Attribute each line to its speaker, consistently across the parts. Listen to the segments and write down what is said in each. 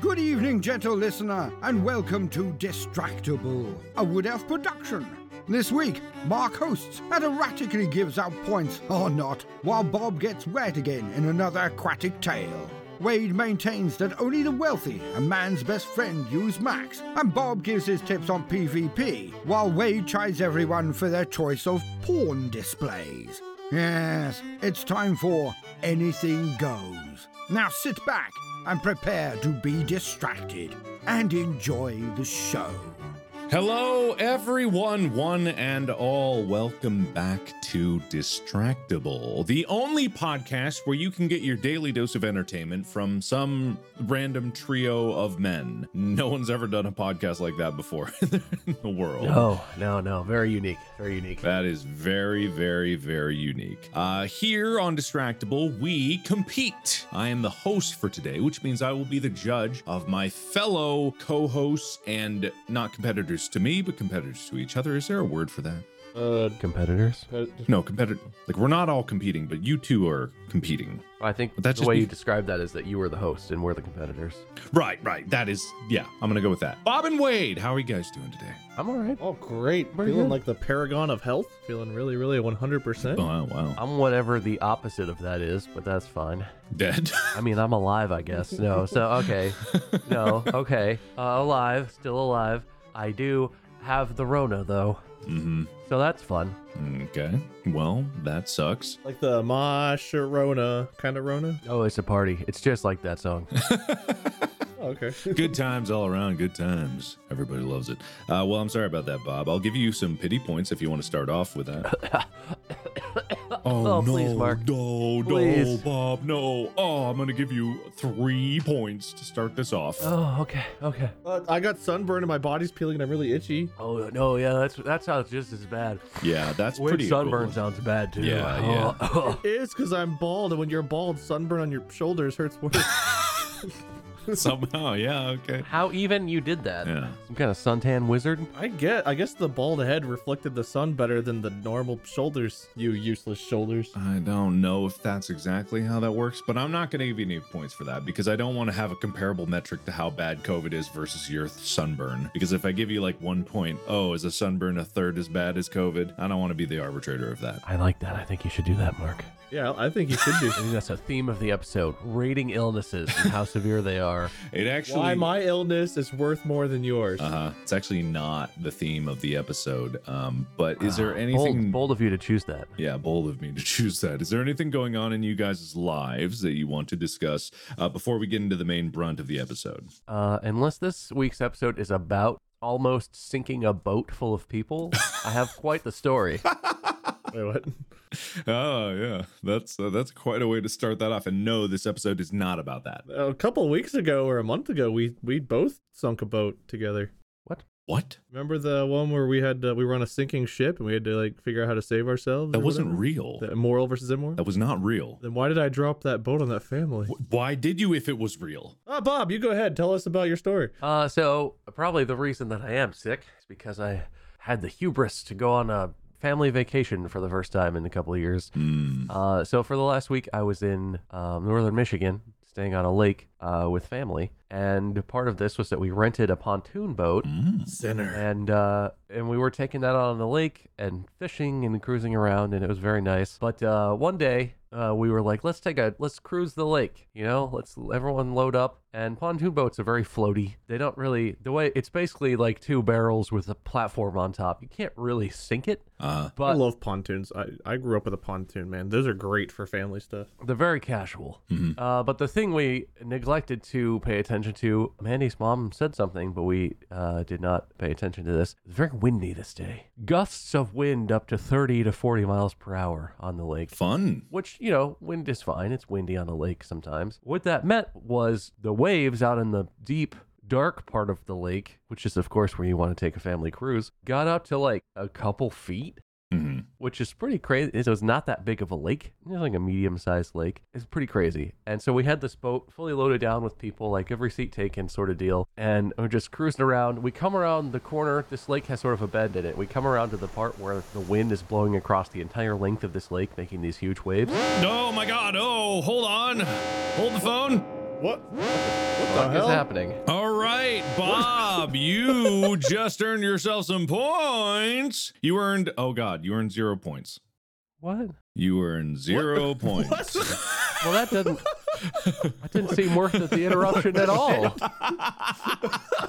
Speaker 1: Good evening, gentle listener, and welcome to Distractable, a Wood Elf production. This week, Mark hosts and erratically gives out points, or not, while Bob gets wet again in another aquatic tale. Wade maintains that only the wealthy and man's best friend use Max, and Bob gives his tips on PvP, while Wade chides everyone for their choice of porn displays. Yes, it's time for Anything Goes. Now sit back and prepare to be distracted and enjoy the show.
Speaker 2: Hello, everyone, one and all. Welcome back to Distractable, the only podcast where you can get your daily dose of entertainment from some random trio of men. No one's ever done a podcast like that before in the world.
Speaker 3: No, no, no. Very unique. Very unique.
Speaker 2: That is very, very, very unique. Uh, here on Distractable, we compete. I am the host for today, which means I will be the judge of my fellow co hosts and not competitors to me, but competitors to each other. Is there a word for that?
Speaker 4: Uh,
Speaker 3: Competitors.
Speaker 2: No, competitor. Like, we're not all competing, but you two are competing.
Speaker 4: I think
Speaker 2: But that
Speaker 4: the
Speaker 2: just
Speaker 4: way
Speaker 2: be-
Speaker 4: you described that is that you were the host and we're the competitors.
Speaker 2: Right, right. That is, yeah, I'm going to go with that. Bob and Wade, how are you guys doing today?
Speaker 4: I'm all right.
Speaker 5: Oh, great.
Speaker 4: Pretty
Speaker 5: Feeling
Speaker 4: good.
Speaker 5: like the paragon of health. Feeling really, really 100%.
Speaker 2: Oh, wow.
Speaker 4: I'm whatever the opposite of that is, but that's fine.
Speaker 2: Dead.
Speaker 4: I mean, I'm alive, I guess. No, so okay, no, okay, uh, alive, still alive. I do have the Rona though,
Speaker 2: hmm
Speaker 4: so that's fun.
Speaker 2: Okay. Well, that sucks.
Speaker 5: Like the Masharona kind of Rona.
Speaker 4: Oh, it's a party. It's just like that song.
Speaker 5: Oh, okay.
Speaker 2: good times all around. Good times. Everybody loves it. Uh, well, I'm sorry about that, Bob. I'll give you some pity points if you want to start off with that.
Speaker 4: Oh, please, Mark.
Speaker 2: No, no,
Speaker 4: Please.
Speaker 2: Bob, no. Oh, I'm gonna give you three points to start this off.
Speaker 4: Oh, okay, okay.
Speaker 5: Uh, I got sunburn and my body's peeling and I'm really itchy.
Speaker 4: Oh no, yeah, that's that sounds just as bad.
Speaker 2: yeah, that's
Speaker 4: Weird
Speaker 2: pretty.
Speaker 4: sunburn
Speaker 2: equivalent.
Speaker 4: sounds bad too.
Speaker 2: Yeah, yeah.
Speaker 4: Oh,
Speaker 5: It is because I'm bald, and when you're bald, sunburn on your shoulders hurts worse.
Speaker 2: Somehow, yeah. Okay.
Speaker 4: How even you did that?
Speaker 2: Yeah.
Speaker 4: Some kind of suntan wizard.
Speaker 5: I get. I guess the bald head reflected the sun better than the normal shoulders. You useless shoulders.
Speaker 2: I don't know if that's exactly how that works, but I'm not going to give you any points for that because I don't want to have a comparable metric to how bad COVID is versus your sunburn. Because if I give you like 1.0, is a sunburn a third as bad as COVID? I don't want to be the arbitrator of that.
Speaker 4: I like that. I think you should do that, Mark.
Speaker 5: Yeah, I think you should do.
Speaker 4: I think that's a theme of the episode: rating illnesses and how severe they are.
Speaker 2: It actually.
Speaker 5: Why my illness is worth more than yours.
Speaker 2: uh huh. It's actually not the theme of the episode. Um, but is there anything?
Speaker 4: Ah, Bold, bold of you to choose that.
Speaker 2: Yeah, bold of me to choose that. Is there anything going on in you guys' lives that you want to discuss uh, before we get into the main brunt of the episode?
Speaker 4: Uh, unless this week's episode is about almost sinking a boat full of people, I have quite the story.
Speaker 5: Wait, what?
Speaker 2: Oh yeah, that's uh, that's quite a way to start that off. And no, this episode is not about that.
Speaker 5: A couple weeks ago or a month ago, we we both sunk a boat together.
Speaker 2: What?
Speaker 5: Remember the one where we had uh, we were on a sinking ship and we had to like figure out how to save ourselves?
Speaker 2: That
Speaker 5: or
Speaker 2: wasn't
Speaker 5: whatever?
Speaker 2: real.
Speaker 5: The moral versus immoral.
Speaker 2: That was not real.
Speaker 5: Then why did I drop that boat on that family?
Speaker 2: Wh- Why did you if it was real?
Speaker 5: Ah, Bob, you go ahead. Tell us about your story.
Speaker 4: Uh, so probably the reason that I am sick is because I had the hubris to go on a family vacation for the first time in a couple of years. Uh, so for the last week, I was in um, northern Michigan, staying on a lake uh, with family, and part of this was that we rented a pontoon boat,
Speaker 2: Hmm.
Speaker 5: Sinner.
Speaker 4: and uh, and we were taking that out on the lake and fishing and cruising around, and it was very nice. But uh, one day. Uh, we were like, let's take a let's cruise the lake, you know. Let's everyone load up. And pontoon boats are very floaty. They don't really the way it's basically like two barrels with a platform on top. You can't really sink it,
Speaker 2: Uh,
Speaker 5: I
Speaker 4: but
Speaker 5: love pontoons. I, I grew up with a pontoon, man. Those are great for family stuff.
Speaker 4: They're very casual. Uh, but the thing we neglected to pay attention to, Mandy's mom said something, but we uh, did not pay attention to this. It's very windy this day. Gusts of wind up to 30 to 40 miles per hour on the lake.
Speaker 2: fun.
Speaker 4: Which, you know, wind is fine. It's windy on the lake sometimes. What that meant was the waves out in the deep dark part of the lake, which is, of course, where you want to take a family cruise, got up to like a couple feet,
Speaker 2: Mhm.
Speaker 4: which is pretty crazy. It was not that big of a lake. It was like a medium sized lake. It's pretty crazy. And so we had this boat fully loaded down with people, like every seat taken sort of deal. And we're just cruising around. We come around the corner. This lake has sort of a bend in it. We come around to the part where the wind is blowing across the entire length of this lake, making these huge waves.
Speaker 2: Oh my god. Oh, hold on. Hold the phone.
Speaker 5: What? What the
Speaker 4: What is
Speaker 5: hell?
Speaker 4: happening?
Speaker 2: All right, Bob, you just earned yourself some points. You earned, oh God, you earned zero points.
Speaker 4: What?
Speaker 2: You earned zero points.
Speaker 4: Well, that doesn't. That didn't seem worth it, the interruption at all.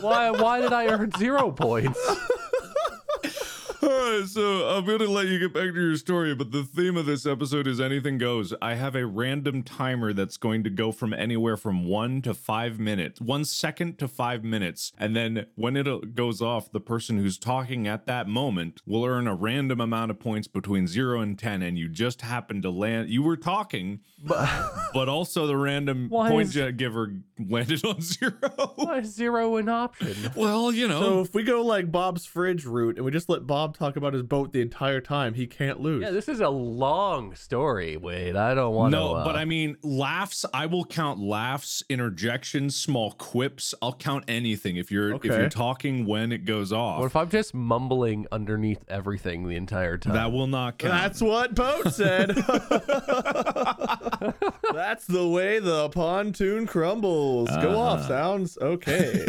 Speaker 4: Why? Why did I earn zero points?
Speaker 2: All right, so I'm going to let you get back to your story, but the theme of this episode is anything goes. I have a random timer that's going to go from anywhere from one to five minutes, one second to five minutes. And then when it uh, goes off, the person who's talking at that moment will earn a random amount of points between zero and 10. And you just happened to land, you were talking, but, also the random
Speaker 4: Why
Speaker 2: point
Speaker 4: is-
Speaker 2: ge- giver landed on zero.
Speaker 4: Why is zero an option?
Speaker 2: well, you know.
Speaker 5: So if we go like Bob's fridge route and we just let Bob talk about his boat the entire time, he can't lose.
Speaker 4: Yeah, this is a long story. Wait, I don't want to.
Speaker 2: No,
Speaker 4: uh,
Speaker 2: but I mean laughs. I will count laughs, interjections, small quips. I'll count anything if you're if
Speaker 5: Okay.
Speaker 2: you're talking when it goes
Speaker 4: What
Speaker 2: off.
Speaker 4: if I'm just mumbling underneath everything the entire time?
Speaker 2: That will not count.
Speaker 5: That's what Boat said. That's the way the pontoon crumbles.
Speaker 2: Uh-huh.
Speaker 5: Go off, sounds okay.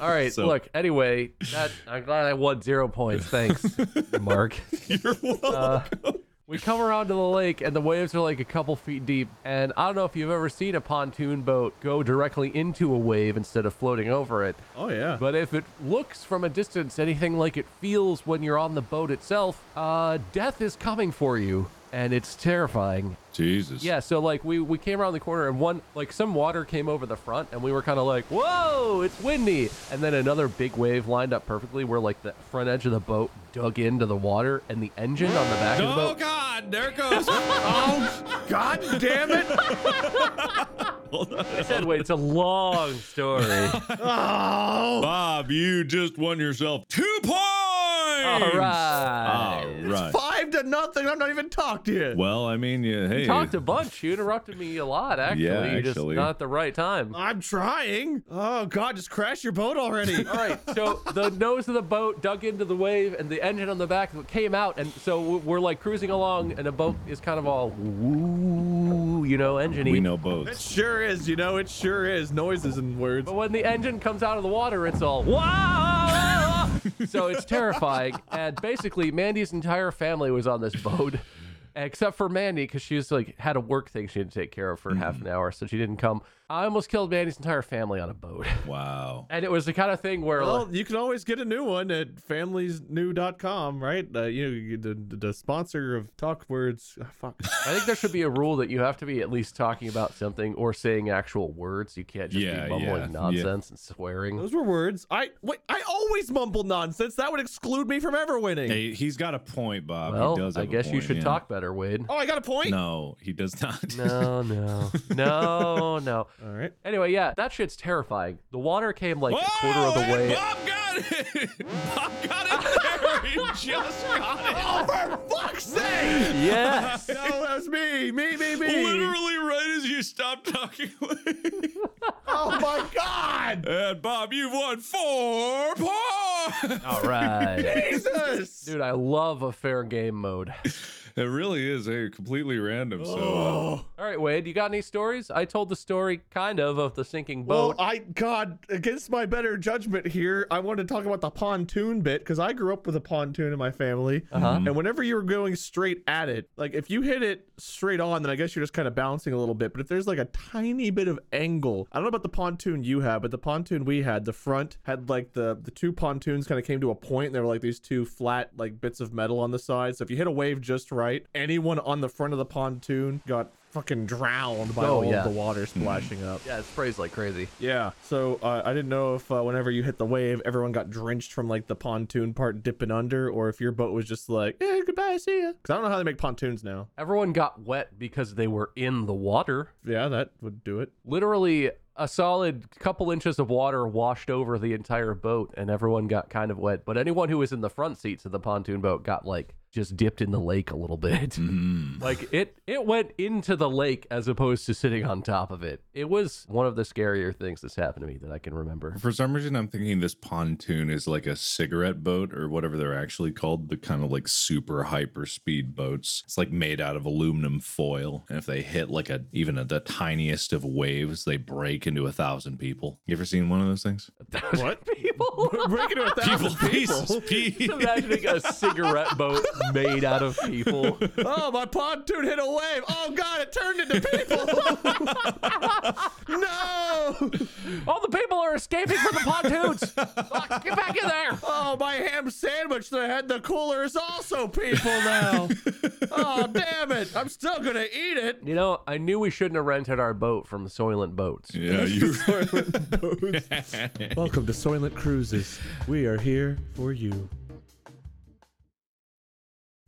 Speaker 4: All right,
Speaker 2: So-
Speaker 4: look. Anyway, that, I'm glad I won zero points. Thanks, Mark. Uh,
Speaker 2: You're welcome.
Speaker 4: We come around to the lake, and the waves are like a couple feet deep. And I don't know if you've ever seen a pontoon boat go directly into a wave instead of floating over it.
Speaker 5: oh yeah.
Speaker 4: But if it looks from a distance anything like it feels when you're on the boat itself, uh, death is coming for you. And it's terrifying.
Speaker 2: Jesus.
Speaker 4: Yeah, so like we, we came around the corner and one like some water came over the front and we were kind of like, whoa, it's windy. And then another big wave lined up perfectly where like the front edge of the boat dug into the water and the engine on the back of the
Speaker 2: Oh
Speaker 4: boat.
Speaker 2: God! There it goes. Oh,
Speaker 5: God damn it!
Speaker 4: I said, wait, it's a long story.
Speaker 5: Oh,
Speaker 2: Bob, you just won yourself two points. All
Speaker 4: right.
Speaker 2: All right.
Speaker 5: five to nothing. I'm not even talked to you.
Speaker 2: Well, I mean, yeah, hey.
Speaker 4: You talked a bunch. You interrupted me a lot, actually.
Speaker 2: Yeah,
Speaker 4: You're
Speaker 2: actually.
Speaker 4: just not at the right time.
Speaker 5: I'm trying. Oh God, just crash your boat already. Oh,
Speaker 4: All right, so the nose of the boat dug into the wave, and the engine on the back came out, and so we're like cruising along, and the boat is kind of all woo, you know, engine
Speaker 2: we know
Speaker 5: it
Speaker 2: both.
Speaker 5: sure is. You know, it sure is. Noises and words.
Speaker 4: But when the engine comes out of the water, it's all wow. so it's terrifying. And basically, Mandy's entire family was on this boat, except for Mandy because she was like had a work thing she had to take care of for half
Speaker 2: Mm-hmm.
Speaker 4: an hour, so she didn't come. I almost killed Mandy's entire family on a boat,
Speaker 2: Wow.
Speaker 4: and it was the kind of thing where like,
Speaker 5: Well, you can always get a new one at familiesnew.com, right? Uh, you know, you- the, the sponsor of Talk Words. ah, fuck.
Speaker 4: I think there should be a rule that you have to be at least talking about something or saying actual words. You can't just
Speaker 2: Yeah,
Speaker 4: be mumbling
Speaker 2: yeah, yeah.
Speaker 4: nonsense and swearing.
Speaker 5: Those were words. I wait. I always mumble nonsense. That would exclude me from ever winning.
Speaker 2: Hey, he's got a point, Bob. he
Speaker 4: well,
Speaker 2: does
Speaker 4: I
Speaker 2: have a
Speaker 4: guess you
Speaker 2: point,
Speaker 4: should
Speaker 2: yeah.
Speaker 4: talk better, Wade.
Speaker 5: Oh, I got a point.
Speaker 2: No, he does not.
Speaker 4: No, no, no, no.
Speaker 5: All right.
Speaker 4: Anyway, yeah, that shit's terrifying. The water came like a quarter of the
Speaker 2: Oh, and
Speaker 5: Oh,
Speaker 4: way.
Speaker 2: Bob got it. Bob got it there. He just got it.
Speaker 5: Oh, For fuck's sake!
Speaker 4: Yes.
Speaker 5: No, that was me, me, me, me.
Speaker 2: Literally right as you stopped talking.
Speaker 5: Oh my god!
Speaker 2: and Bob, you've won four points.
Speaker 4: All right.
Speaker 5: Jesus!
Speaker 4: Dude, I love a fair game mode.
Speaker 2: It really is hey, completely random. So uh,
Speaker 5: Oh,
Speaker 4: All right, Wade, you got any stories? I told the story kind of of the sinking
Speaker 5: well,
Speaker 4: boat.
Speaker 5: I God, against my better judgment here, I wanted to talk about the pontoon bit because I grew up with a pontoon in my family,
Speaker 4: Uh-huh.
Speaker 5: and whenever you were going straight at it, like if you hit it straight on, then I guess you're just kind of bouncing a little bit. But if there's like a tiny bit of angle, I don't know about the pontoon you have, but the pontoon we had, the front had like the the two pontoons kind of came to a point, and there were like these two flat like bits of metal on the side. So if you hit a wave just right, anyone on the front of the pontoon got fucking drowned by
Speaker 4: Oh,
Speaker 5: all
Speaker 4: yeah.
Speaker 5: of the water splashing up.
Speaker 4: yeah, it sprays like crazy.
Speaker 5: Yeah. So uh, I didn't know if uh, whenever you hit the wave, everyone got drenched from like the pontoon part dipping under, or if your boat was just like, eh, goodbye, see ya. Because I don't know how they make pontoons now.
Speaker 4: Everyone got wet because they were in the water.
Speaker 5: Yeah, that would do it.
Speaker 4: Literally, a solid couple inches of water washed over the entire boat and everyone got kind of wet. But anyone who was in the front seats of the pontoon boat got like just dipped in the lake a little bit.
Speaker 2: Mm-hmm. hmm.
Speaker 4: like it it went into the lake as opposed to sitting on top of it. It was one of the scarier things that's happened to me that I can remember.
Speaker 2: For some reason, I'm thinking this pontoon is like a cigarette boat or whatever they're actually called, the kind of like super hyper speed boats. It's like made out of aluminum foil, and if they hit like a even a, the tiniest of waves, they break into a thousand people. You ever seen one of those things?
Speaker 5: What?
Speaker 4: People
Speaker 5: Breaking it a thousand people.
Speaker 2: pieces, pieces.
Speaker 4: Just imagining a cigarette boat made out of people.
Speaker 5: Oh, my pontoon hit a wave. Oh God, it turned into people. no.
Speaker 4: All the people are escaping from the pontoons. Fuck, get back in there.
Speaker 5: Oh, my ham sandwich that I had in the cooler is also people now. oh, damn it. I'm still going to eat it.
Speaker 4: You know, I knew we shouldn't have rented our boat from Soylent Boats.
Speaker 2: Yeah, you.
Speaker 5: Welcome to Soylent Cruises. We are here for you.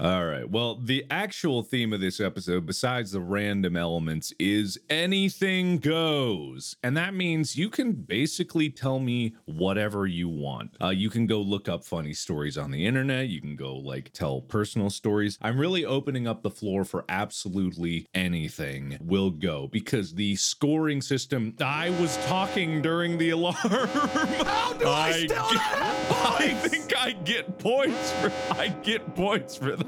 Speaker 2: All right. Well, the actual theme of this episode, besides the random elements, is anything goes. And that means you can basically tell me whatever you want. Uh, you can go look up funny stories on the internet. You can go like tell personal stories. I'm really opening up the floor for absolutely anything will go because the scoring system, I was talking during the alarm. How do I, still not I think I get points for I get points for that.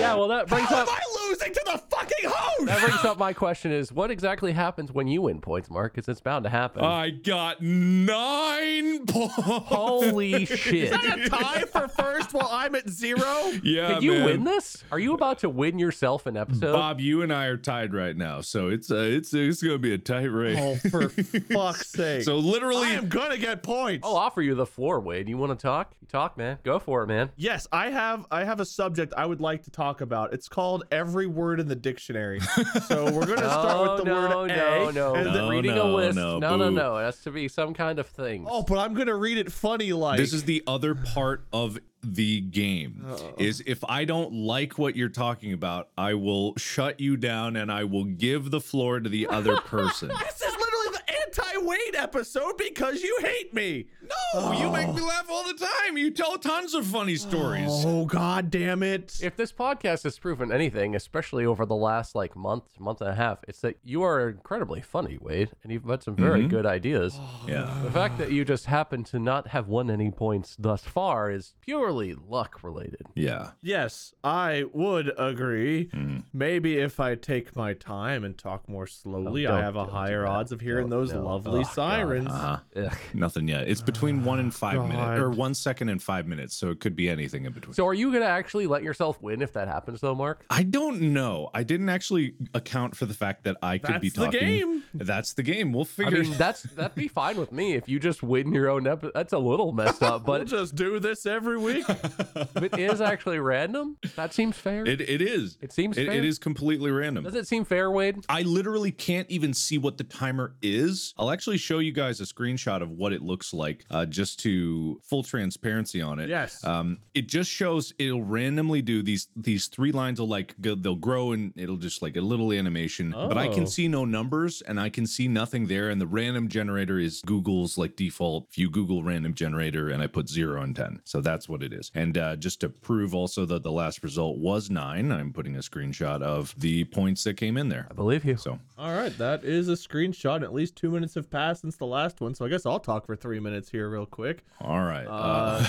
Speaker 4: Yeah, well, that brings
Speaker 5: How
Speaker 4: up
Speaker 5: am I losing to the fucking host?
Speaker 4: that brings up my question: Is what exactly happens when you win points, Mark? Because it's bound to happen.
Speaker 5: Uh,
Speaker 2: I got nine points.
Speaker 4: Holy shit!
Speaker 5: a tie for first while I'm at zero?
Speaker 2: Yeah,
Speaker 4: Did you
Speaker 2: man.
Speaker 4: win this? Are you about to win yourself an episode?
Speaker 2: Bob, you and I are tied right now, so it's uh, it's it's gonna be a tight race.
Speaker 5: Oh, for fuck's sake.
Speaker 2: so literally,
Speaker 5: I am going to get points.
Speaker 4: I'll offer you the floor, Wade. You want to talk? Talk, man. Go for it, man.
Speaker 5: Yes, I have I have a subject I would like to talk about. It's called every word in the dictionary. So we're going to start with the
Speaker 4: no,
Speaker 5: word
Speaker 4: no,
Speaker 5: a.
Speaker 4: no, no,
Speaker 5: and then-
Speaker 2: No,
Speaker 4: Reading a
Speaker 2: no,
Speaker 4: list.
Speaker 2: no,
Speaker 4: no, no,
Speaker 2: boo.
Speaker 4: no. It has to be some kind of thing.
Speaker 5: oh, but I'm going to read it funny like.
Speaker 2: this is the other part of the game is if I don't like what you're talking about, I will shut you down and I will give the floor to the other person.
Speaker 5: This is literally the anti-Wade episode because you hate me. No.
Speaker 2: Oh, you make me laugh all the time. You tell tons of funny stories.
Speaker 5: Oh god damn it.
Speaker 4: If this podcast has proven anything, especially over the last like month, month and a half, it's that you are incredibly funny, Wade, and you've had some very good ideas.
Speaker 2: Yeah.
Speaker 4: The fact that you just happen to not have won any points thus far is purely luck related.
Speaker 2: Yeah.
Speaker 5: Yes, I would agree.
Speaker 4: Hmm.
Speaker 5: Maybe if I take my time and talk more slowly,
Speaker 4: Oh, don't-
Speaker 5: I have a
Speaker 4: don't do
Speaker 5: higher
Speaker 4: that.
Speaker 5: odds of hearing
Speaker 4: Don't-
Speaker 5: those
Speaker 4: no.
Speaker 5: lovely
Speaker 4: Ugh, God.
Speaker 5: sirens.
Speaker 2: Nothing yet. It's between one and five minutes,
Speaker 5: God.
Speaker 2: or one second and five minutes, so it could be anything in between.
Speaker 4: So, are you going to actually let yourself win if that happens, though, Mark?
Speaker 2: I don't know. I didn't actually account for the fact that I could be
Speaker 5: That's the
Speaker 2: talking.
Speaker 5: game.
Speaker 2: That's the game. We'll
Speaker 4: I
Speaker 2: figure.
Speaker 4: mean, that's that'd be fine with me if you just win your own episode. That's a little messed up,
Speaker 5: We'll
Speaker 4: but
Speaker 5: just do this every week.
Speaker 4: if it is actually random. That seems fair.
Speaker 2: it, it is.
Speaker 4: It seems
Speaker 2: It,
Speaker 4: fair.
Speaker 2: it is completely random.
Speaker 4: Does it seem fair, Wade?
Speaker 2: I literally can't even see what the timer is. I'll actually show you guys a screenshot of what it looks like, uh, just to full transparency on it.
Speaker 5: Yes.
Speaker 2: Um, it just shows it'll randomly do these these three lines will like go, they'll grow and it'll just like a little animation. But I
Speaker 5: Oh.
Speaker 2: can see no numbers and I can see nothing there. And the random generator is Google's like default. If you Google random generator and I put zero and ten, so that's what it is. And uh, just to prove also that the last result was nine, I'm putting a screenshot of the points that came in there.
Speaker 4: I believe you.
Speaker 2: So
Speaker 5: All right, that is a screenshot. At least two minutes have passed since the last one, so I guess I'll talk for three minutes here, real quick.
Speaker 2: all right.
Speaker 5: Uh,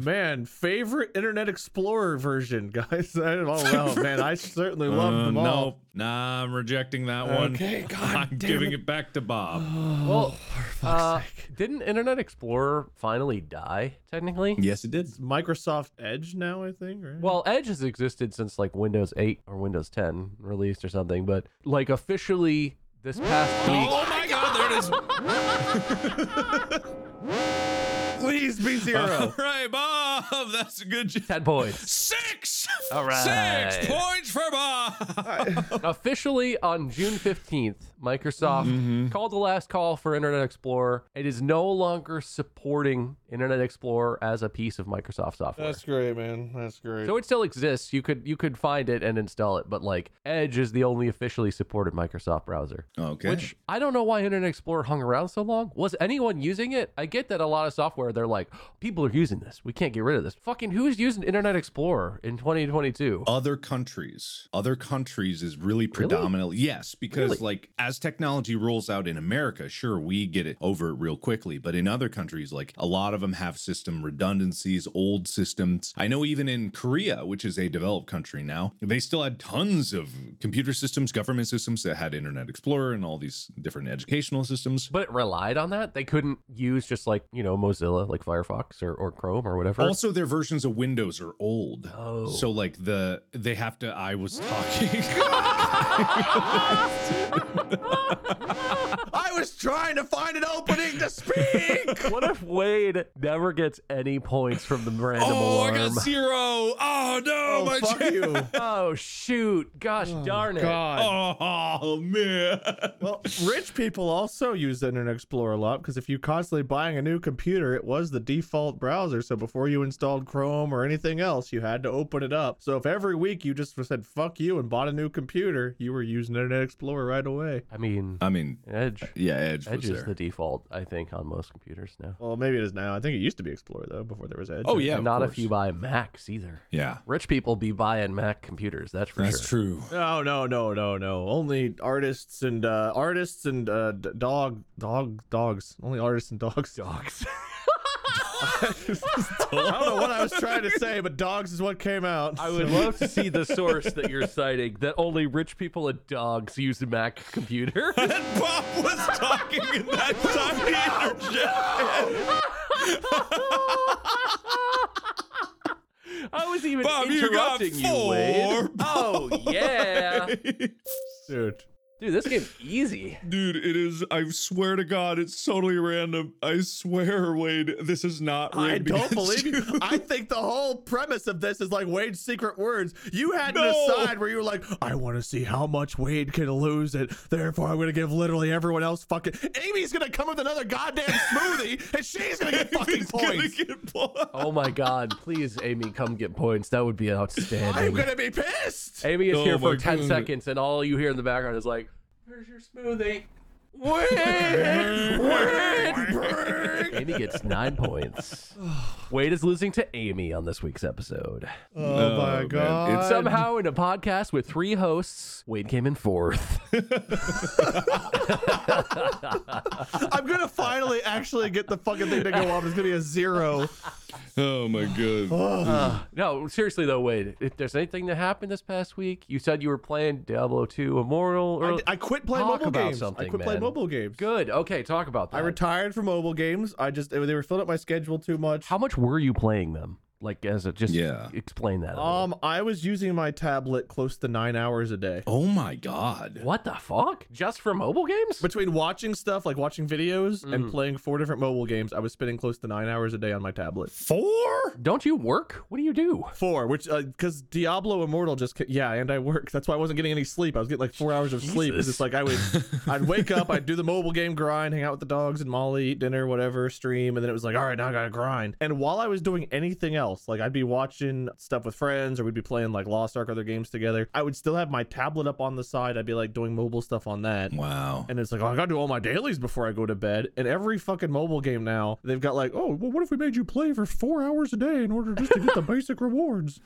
Speaker 5: man, favorite Internet Explorer version, guys. I don't know, man. I certainly love
Speaker 2: Uh,
Speaker 5: them all.
Speaker 2: Nope. Nah, I'm rejecting that one.
Speaker 5: Okay, God
Speaker 2: I'm
Speaker 5: damn
Speaker 2: giving it. back to Bob.
Speaker 4: well,
Speaker 5: Oh,
Speaker 4: uh, didn't Internet Explorer finally die? Technically.
Speaker 2: yes, it did.
Speaker 5: Microsoft Edge now, I think. Right?
Speaker 4: Well, Edge has existed since like Windows 8 or Windows 10 released or something, but like officially this past week.
Speaker 2: Oh my God, there it is.
Speaker 5: please be
Speaker 2: all
Speaker 4: Oh.
Speaker 5: zero.
Speaker 2: right, Bob. That's a good. j-
Speaker 4: 10 points.
Speaker 2: Six.
Speaker 4: All right.
Speaker 2: Six points for Bob.
Speaker 4: Officially on June 15th, Microsoft
Speaker 5: Mm-hmm.
Speaker 4: called the last call for Internet Explorer. It is no longer supporting Internet Explorer as a piece of Microsoft software.
Speaker 5: That's great, man. That's great.
Speaker 4: so it still exists. You could you could find it and install it, but like Edge is the only officially supported Microsoft browser.
Speaker 2: Okay.
Speaker 4: Which I don't know why Internet Explorer hung around so long. Was anyone using it? I get that a lot of software, they're like, people are using this. We can't get rid of this. Fucking who's using Internet Explorer in 2022?
Speaker 2: other countries other countries is really predominantly yes because
Speaker 4: Really?
Speaker 2: like as technology rolls out in america sure we get it over it real quickly but in other countries like a lot of them have system redundancies old systems i know even in korea which is a developed country now they still had tons of computer systems government systems that had internet explorer and all these different educational systems
Speaker 4: but it relied on that. They couldn't use just like, you know, Mozilla, like Firefox or, or Chrome or whatever.
Speaker 2: also their versions of windows are old
Speaker 4: Oh.
Speaker 2: so like the they have to i was talking
Speaker 5: I was trying to find an opening to speak.
Speaker 4: what if Wade never gets any points from the random
Speaker 2: Oh, I
Speaker 4: alarm?
Speaker 2: got zero. Oh no,
Speaker 5: oh,
Speaker 2: my
Speaker 5: fuck
Speaker 2: chin-
Speaker 5: you.
Speaker 4: Oh, shoot. Gosh darn it.
Speaker 5: God.
Speaker 2: Oh man.
Speaker 5: Well, rich people also use Internet Explorer a lot because if you constantly buying a new computer, it was the default browser. So before you installed Chrome or anything else, you had to open it up. So if every week you just said "fuck you" and bought a new computer, you were using Internet Explorer right away.
Speaker 4: I mean,
Speaker 2: I mean,
Speaker 4: Edge.
Speaker 2: yeah, Edge,
Speaker 4: Edge
Speaker 2: was
Speaker 4: is
Speaker 2: there.
Speaker 4: the default, I think, on most computers now.
Speaker 5: Well, maybe it is now. I think it used to be Explorer though before there was Edge.
Speaker 2: oh yeah,
Speaker 4: And
Speaker 2: of
Speaker 4: not
Speaker 2: course.
Speaker 4: if you buy Macs either.
Speaker 2: Yeah,
Speaker 4: Rich people be buying Mac computers. That's for
Speaker 2: that's
Speaker 4: sure.
Speaker 2: true.
Speaker 5: No, no, no, no, no. Only artists and uh, artists and uh, d- dog, dog, dogs. Only artists and dogs. Dogs. I don't know what I was trying to say, but dogs is what came out.
Speaker 4: I would love to see the source that you're citing that only rich people and dogs use a Mac computer.
Speaker 2: Bob was talking in that time. he interjected.
Speaker 4: I was even
Speaker 2: Bob, you got
Speaker 4: interrupting you, Wade.
Speaker 2: four
Speaker 4: Oh yeah,
Speaker 5: dude.
Speaker 4: dude, this game's easy.
Speaker 2: Dude, it is. I swear to God, it's totally random. I swear, Wade, this is not.
Speaker 5: I
Speaker 2: rigged
Speaker 5: don't
Speaker 2: against
Speaker 5: believe you.
Speaker 2: you.
Speaker 5: I think the whole premise of this is like Wade's secret words. You had an
Speaker 2: No.
Speaker 5: aside where you were like, I want to see how much Wade can lose it. Therefore, I'm going to give literally everyone else fucking. Amy's going to come with another goddamn smoothie and she's going to get fucking
Speaker 2: He's gonna
Speaker 5: points.
Speaker 2: get blocked.
Speaker 4: Oh my God, please, Amy, come get points. That would be
Speaker 5: I'm
Speaker 4: outstanding.
Speaker 5: going to be pissed.
Speaker 4: Amy is
Speaker 2: Oh
Speaker 4: here for
Speaker 2: my
Speaker 4: 10
Speaker 2: God.
Speaker 4: seconds, and all you hear in the background is like, Here's your smoothie. Wait! Wait! Amy gets nine points. Wade is losing to Amy on this week's episode.
Speaker 5: Oh my
Speaker 2: God. it's-
Speaker 4: Somehow, in a podcast with three hosts, Wade came in fourth.
Speaker 5: I'm going to finally actually get the fucking thing to go up. It's going to be a zero.
Speaker 2: Oh my God.
Speaker 4: No, seriously though, Wade, if there's anything that happened this past week, you said you were playing Diablo 2 Immortal. Or...
Speaker 5: I, I quit playing
Speaker 4: Talk
Speaker 5: mobile
Speaker 4: about
Speaker 5: games. I
Speaker 4: something,
Speaker 5: quit playing
Speaker 4: man.
Speaker 5: mobile games.
Speaker 4: Good. Okay, talk about that.
Speaker 5: I retired from mobile games. I just, they were filling up my schedule too much.
Speaker 4: How much were you playing them? Like as a just
Speaker 2: Yeah.
Speaker 4: explain that. a little.
Speaker 5: Um, I was using my tablet close to nine hours a day.
Speaker 2: Oh my god.
Speaker 4: what the fuck? Just for mobile games?
Speaker 5: Between watching stuff like watching videos and playing four different mobile games, I was spending close to nine hours a day on my tablet.
Speaker 2: Four?
Speaker 4: Don't you work? What do you do?
Speaker 5: Four, which because Diablo Immortal just ca- yeah, and I worked. That's why I wasn't getting any sleep. I was getting like four hours of sleep. It's just like I would, I'd wake up, I'd do the mobile game grind, hang out with the dogs and Molly, eat dinner, whatever, stream, and then it was like, all right, now I gotta grind. And while I was doing anything else, like I'd be watching stuff with friends, or we'd be playing like Lost Ark or other games together. I would still have my tablet up on the side. I'd be like doing mobile stuff on that.
Speaker 2: Wow.
Speaker 5: And it's like, oh, I gotta do all my dailies before I go to bed. And every fucking mobile game now, they've got like, oh, well, what if we made you play for four hours a day in order just to get the basic rewards?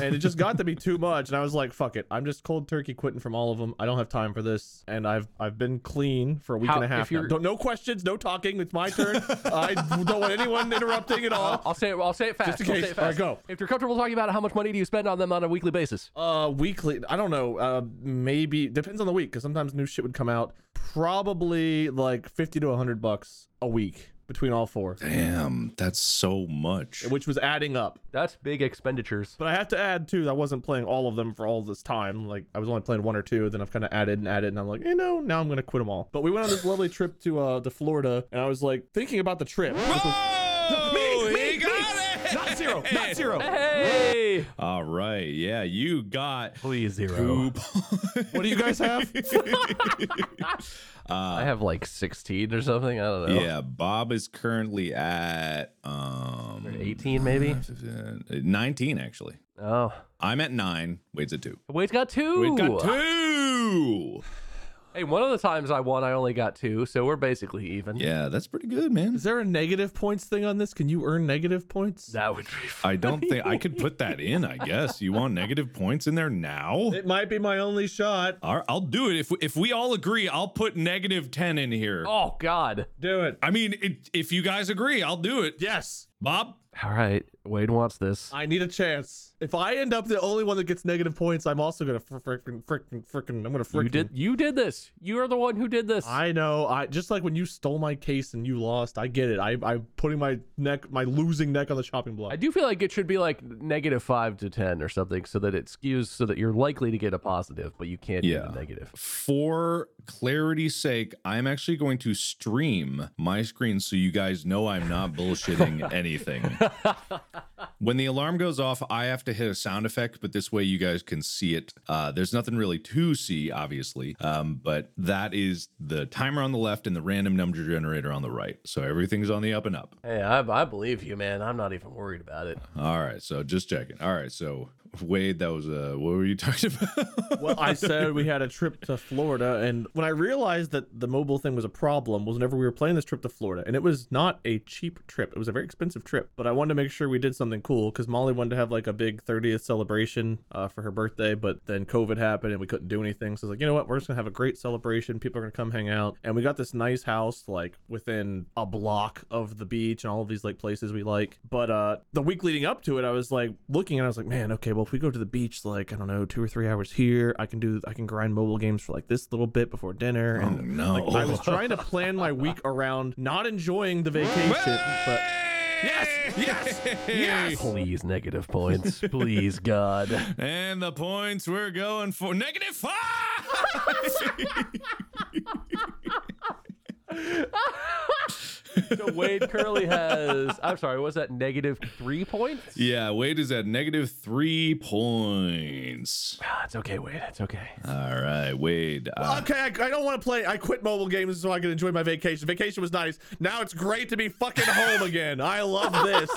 Speaker 5: and it just got to be too much. And I was like, fuck it, I'm just cold turkey quitting from all of them. I don't have time for this. And I've I've been clean for a week
Speaker 4: How-
Speaker 5: and a half.
Speaker 4: if
Speaker 5: Now.
Speaker 4: you're-
Speaker 5: Don't, no questions, no talking. It's my turn. I don't want anyone interrupting at all.
Speaker 4: I'll say it. I'll say it fast.
Speaker 5: Just in
Speaker 4: I'll say
Speaker 5: case.
Speaker 4: it fast.
Speaker 5: All right, go.
Speaker 4: If you're comfortable talking about it, how much money do you spend on them on a weekly basis?
Speaker 5: Uh, weekly. I don't know. Uh, maybe depends on the week because sometimes new shit would come out. Probably like fifty to hundred bucks a week between all four,
Speaker 2: Damn, that's so much.
Speaker 5: which was adding up.
Speaker 4: That's big expenditures.
Speaker 5: But I have to add too. that I wasn't playing all of them for all this time. Like I was only playing one or two. Then I've kind of added and added, and I'm like, you know, now I'm gonna quit them all. But we went on this lovely trip to uh to Florida, and I was like thinking about the trip. This was-
Speaker 2: Oh, he got it!
Speaker 5: Not zero. Not zero.
Speaker 4: Hey!
Speaker 2: All right, yeah, you got
Speaker 4: Please zero.
Speaker 2: coupon.
Speaker 5: What do you guys have?
Speaker 4: I have like 16 or something. I don't know.
Speaker 2: yeah, Bob is currently at um
Speaker 4: 18 maybe.
Speaker 2: 19 actually.
Speaker 4: Oh,
Speaker 2: I'm at nine. Wade's at two.
Speaker 4: Wade's got two.
Speaker 2: Wade got two.
Speaker 4: Hey, one of the times I won, I only got two, so we're basically even.
Speaker 2: Yeah, that's pretty good, man.
Speaker 5: Is there a negative points thing on this? Can you earn negative points?
Speaker 4: That would be. Fun.
Speaker 2: I don't think I could put that in. I guess you want negative points in there now.
Speaker 5: It might be my only shot.
Speaker 2: All right, I'll do it if if we all agree. I'll put negative ten in here.
Speaker 4: Oh God!
Speaker 5: Do it.
Speaker 2: I mean, it, if you guys agree, I'll do it.
Speaker 5: Yes.
Speaker 2: Bob,
Speaker 4: All right, Wade wants this.
Speaker 5: I need a chance. If I end up the only one that gets negative points, I'm also gonna fr- frickin' frickin' frickin' I'm gonna frickin'.
Speaker 4: You did. You did this. You are the one who did this.
Speaker 5: I know. I just like when you stole my case and you lost. I get it. I I'm putting my neck, my losing neck on the chopping block.
Speaker 4: I do feel like it should be like negative five to ten or something, so that it skews, so that you're likely to get a positive, but you can't
Speaker 2: Yeah.
Speaker 4: get a negative.
Speaker 2: for clarity's sake, I'm actually going to stream my screen so you guys know I'm not bullshitting anything. When the alarm goes off, I have to hit a sound effect, but this way you guys can see it. Uh, there's nothing really to see, obviously, um, but that is the timer on the left and the random number generator on the right. So everything's on the up and up.
Speaker 4: Hey, I, I believe you, man. I'm not even worried about it.
Speaker 2: All right, so just checking. All right, so Wade, that was uh, what were you talking about?
Speaker 5: well, I said we had a trip to Florida, and when I realized that the mobile thing was a problem was whenever we were playing this trip to Florida, and it was not a cheap trip. It was a very expensive trip, but I wanted to make sure we did something cool because Molly wanted to have like a big 30th celebration uh, for her birthday, but then COVID happened and we couldn't do anything. So I was like, you know what? We're just gonna have a great celebration. People are gonna come hang out, and we got this nice house like within a block of the beach and all of these like places we like. But uh, the week leading up to it, I was like looking and I was like, man, okay, well if we go to the beach, like I don't know, two or three hours here, I can do, I can grind mobile games for like this little bit before dinner. And
Speaker 2: no.
Speaker 5: like, I was trying to plan my week around not enjoying the vacation, but
Speaker 2: yes, yes, yes.
Speaker 4: Please, negative points. Please, God.
Speaker 2: And the points we're going for negative five.
Speaker 4: So Wade currently has. I'm sorry. What was that negative three points?
Speaker 2: yeah, Wade is at negative three points.
Speaker 4: Ah, it's okay, Wade. It's okay.
Speaker 2: All right, Wade. Uh,
Speaker 5: Okay, I, I don't want to play. I quit mobile games so I can enjoy my vacation. Vacation was nice. Now it's great to be fucking home again. I love this.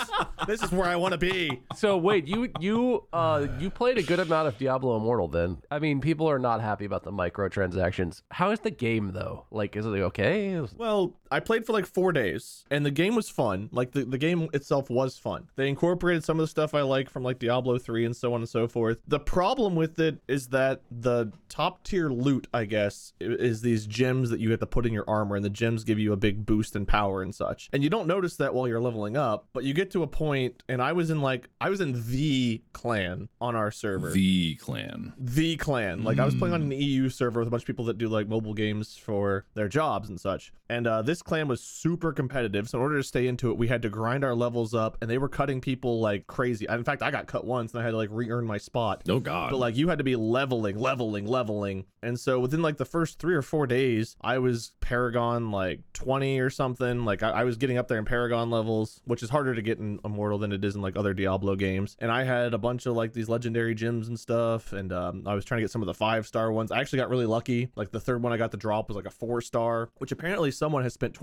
Speaker 5: this is where I want to be.
Speaker 4: So Wade, you you uh you played a good amount of Diablo Immortal. Then I mean, people are not happy about the microtransactions. How is the game though? Like, is it okay?
Speaker 5: Well, I played for like four days, and the game was fun. Like the, the game itself was fun. They incorporated some of the stuff I like from like Diablo 3 and so on and so forth. The problem with it is that the top tier loot, I guess, i- is these gems that you have to put in your armor, and the gems give you a big boost in power and such. And you don't notice that while you're leveling up, but you get to a point, and I was in like I was in the clan on our server
Speaker 2: the clan.
Speaker 5: the clan. Like I was playing on an E EU server with a bunch of people that do like mobile games for their jobs and such. And uh, this clan was super competitive, so in order to stay into it, we had to grind our levels up, and they were cutting people like crazy. In fact, I got cut once, and I had to like re-earn my spot.
Speaker 2: Oh god.
Speaker 5: But like you had to be leveling, leveling, leveling. And so within like the first three or four days, I was Paragon like 20 or something. Like I, I was getting up there in Paragon levels, which is harder to get in Immortal than it is in like other Diablo games. And I had a bunch of like these legendary gems and stuff. And um, I was trying to get some of the five star ones. I actually got really lucky. Like the third one I got the drop was like a four star, which apparently someone has spent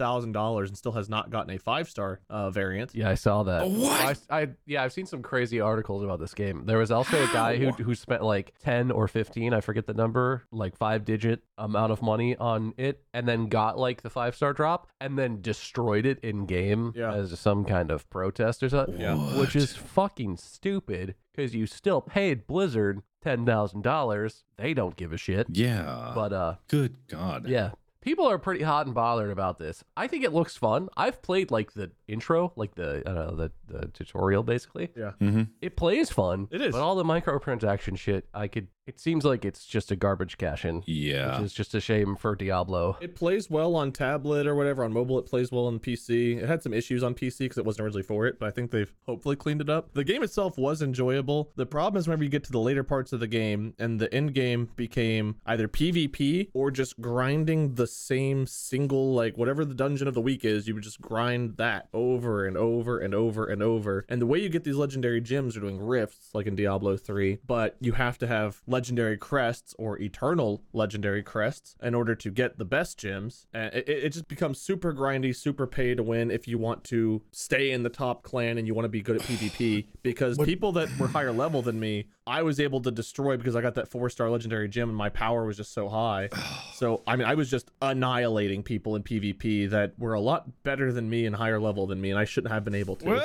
Speaker 5: $25,000 and still has not gotten a five star uh, variant.
Speaker 4: Yeah, I saw that.
Speaker 2: What?
Speaker 4: I, I- yeah, I've seen some crazy articles about this game. There was also a guy who
Speaker 2: How?
Speaker 4: who spent like ten or fifteen, I forget the number, like five digit amount of money on it, and then got like the five star drop, and then destroyed it in game
Speaker 5: Yeah.
Speaker 4: as some kind of protest or something,
Speaker 2: Yeah.
Speaker 4: which is fucking stupid because you still paid Blizzard ten thousand dollars. They don't give a shit.
Speaker 2: Yeah.
Speaker 4: But uh,
Speaker 2: good god.
Speaker 4: yeah. People are pretty hot and bothered about this. I think it looks fun. I've played like the intro, like the I don't know, the, the tutorial basically.
Speaker 2: Mm-hmm.
Speaker 4: It plays fun.
Speaker 5: It is.
Speaker 4: But all the microtransaction shit, I could it seems like it's just a garbage cash in.
Speaker 2: Yeah.
Speaker 4: Which is just a shame for Diablo.
Speaker 5: It plays well on tablet or whatever. On mobile, it plays well on PC. It had some issues on PC because it wasn't originally for it, but I think they've hopefully cleaned it up. The game itself was enjoyable. The problem is whenever you get to the later parts of the game and the end game became either PvP or just grinding the same single, like whatever the dungeon of the week is, you would just grind that over and over and over and over. And the way you get these legendary gems are doing rifts, like in Diablo 3, but you have to have legendary crests or eternal legendary crests in order to get the best gems. And it, it it just becomes super grindy, super pay to win if you want to stay in the top clan and you want to be good at PvP. Because people that were higher level than me, I was able to destroy because I got that four star legendary gem and my power was just so high. So I mean, I was just annihilating people in PvP that were a lot better than me and higher level than me, and I shouldn't have been able to.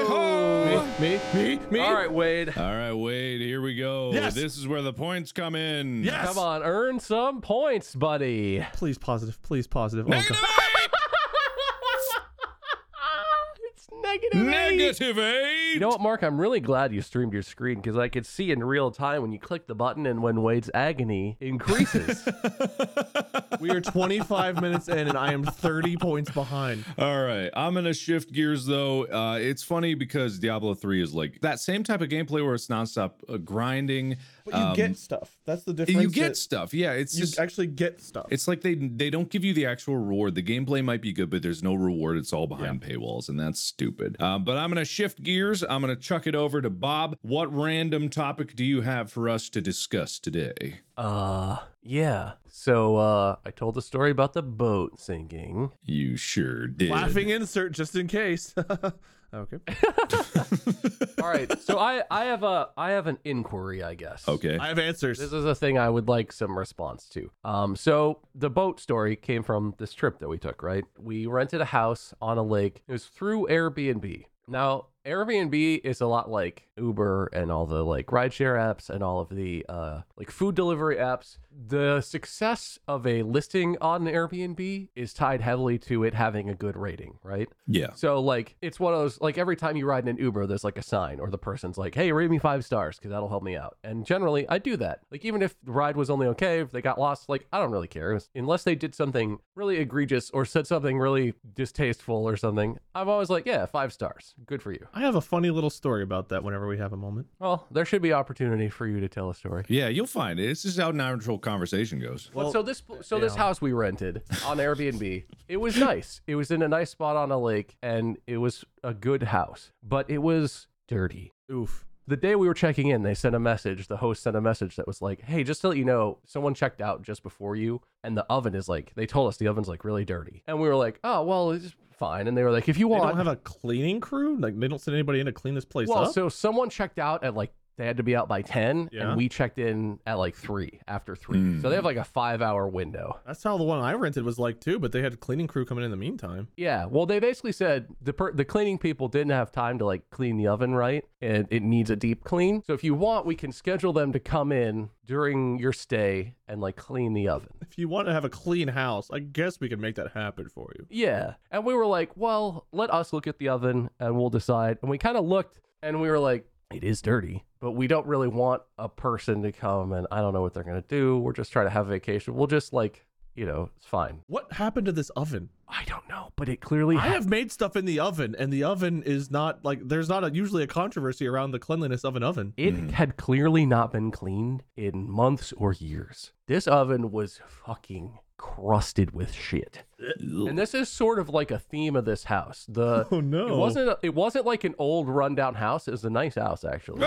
Speaker 4: Oh.
Speaker 5: me, me, me, me.
Speaker 4: All right, Wade.
Speaker 2: All right, wait. Here we go.
Speaker 5: Yes.
Speaker 2: This is where the points come in.
Speaker 5: Yes.
Speaker 4: Come on, earn some points, buddy.
Speaker 5: Please positive. Please positive. Oh, God.
Speaker 4: it's negative.
Speaker 2: Negative eight.
Speaker 4: You know what, Mark? I'm really glad you streamed your screen because I could see in real time when you click the button and when Wade's agony increases.
Speaker 5: We are 25 minutes in, and I am 30 points behind.
Speaker 2: All right, I'm gonna shift gears though. Uh, it's funny because Diablo 3 is like that same type of gameplay where it's nonstop uh, grinding.
Speaker 5: But you
Speaker 2: Um,
Speaker 5: get stuff. That's the difference.
Speaker 2: you get
Speaker 5: that-
Speaker 2: stuff. Yeah, it's
Speaker 5: You
Speaker 2: just
Speaker 5: actually get stuff.
Speaker 2: it's like they they don't give you the actual reward. The gameplay might be good, but there's no reward. It's all behind paywalls, and that's stupid. Um, but I'm gonna shift gears. I'm gonna chuck it over to Bob. What random topic do you have for us to discuss today?
Speaker 4: uh, yeah. So uh, I told the story about the boat sinking.
Speaker 2: You sure did.
Speaker 5: laughing insert just in case. okay.
Speaker 4: All right. So I, I have a I have an inquiry, I guess.
Speaker 2: Okay.
Speaker 5: I have answers.
Speaker 4: This is a thing I would like some response to. Um, so the boat story came from this trip that we took, right? We rented a house on a lake. It was through Airbnb. Now, Airbnb is a lot like Uber and all the like rideshare apps and all of the uh, like food delivery apps. The success of a listing on Airbnb is tied heavily to it having a good rating, right?
Speaker 2: yeah.
Speaker 4: So like it's one of those like every time you ride in an Uber, there's like a sign or the person's like, "Hey, rate me five stars because that'll help me out." And generally, I do that. Like even if the ride was only okay, if they got lost, like I don't really care It was- unless they did something really egregious or said something really distasteful or something. I'm always like, "Yeah, five stars, good for you."
Speaker 5: I have a funny little story about that whenever we have a moment.
Speaker 4: Well, there should be opportunity for you to tell a story.
Speaker 2: Yeah, you'll find it. It's just how natural conversation goes.
Speaker 4: Well, so this so this house we rented on Airbnb, it was nice. It was in a nice spot on a lake, and it was a good house, but it was dirty.
Speaker 5: Oof.
Speaker 4: the day we were checking in, they sent a message. The host sent a message that was like, "Hey, just to let you know, someone checked out just before you, and the oven is like, they told us the oven's like really dirty." And we were like, "Oh, well, it's fine." And they were like, "If you
Speaker 5: They
Speaker 4: want,
Speaker 5: don't have a cleaning crew. Like they don't send anybody in to clean this place
Speaker 4: well,
Speaker 5: up.
Speaker 4: so someone checked out at like they had to be out by ten,
Speaker 5: Yeah. Hmm.
Speaker 4: and we checked in at like three after three.
Speaker 2: Mm.
Speaker 4: So they have like a five-hour window."
Speaker 5: That's how the one I rented was like too, but they had a cleaning crew coming in the meantime.
Speaker 4: Yeah, well, they basically said the per- the cleaning people didn't have time to like clean the oven right, and it needs a deep clean. So if you want, we can schedule them to come in during your stay and like clean the oven.
Speaker 5: If you want to have a clean house, I guess we can make that happen for you.
Speaker 4: Yeah. And we were like, well, let us look at the oven and we'll decide. And we kind of looked and we were like, it is dirty, but we don't really want a person to come and I don't know what they're going to do. We're just trying to have a vacation. We'll just like you know, it's fine.
Speaker 5: What happened to this oven?
Speaker 4: I don't know, but it clearly
Speaker 5: I
Speaker 4: ha-
Speaker 5: have made stuff in the oven, and the oven is not like there's not a, usually a controversy around the cleanliness of an oven.
Speaker 4: it had clearly not been cleaned in months or years. This oven was fucking crusted with shit. And this is sort of like a theme of this house. The
Speaker 5: Oh, no.
Speaker 4: It wasn't it wasn't like an old rundown house, it was a nice house actually.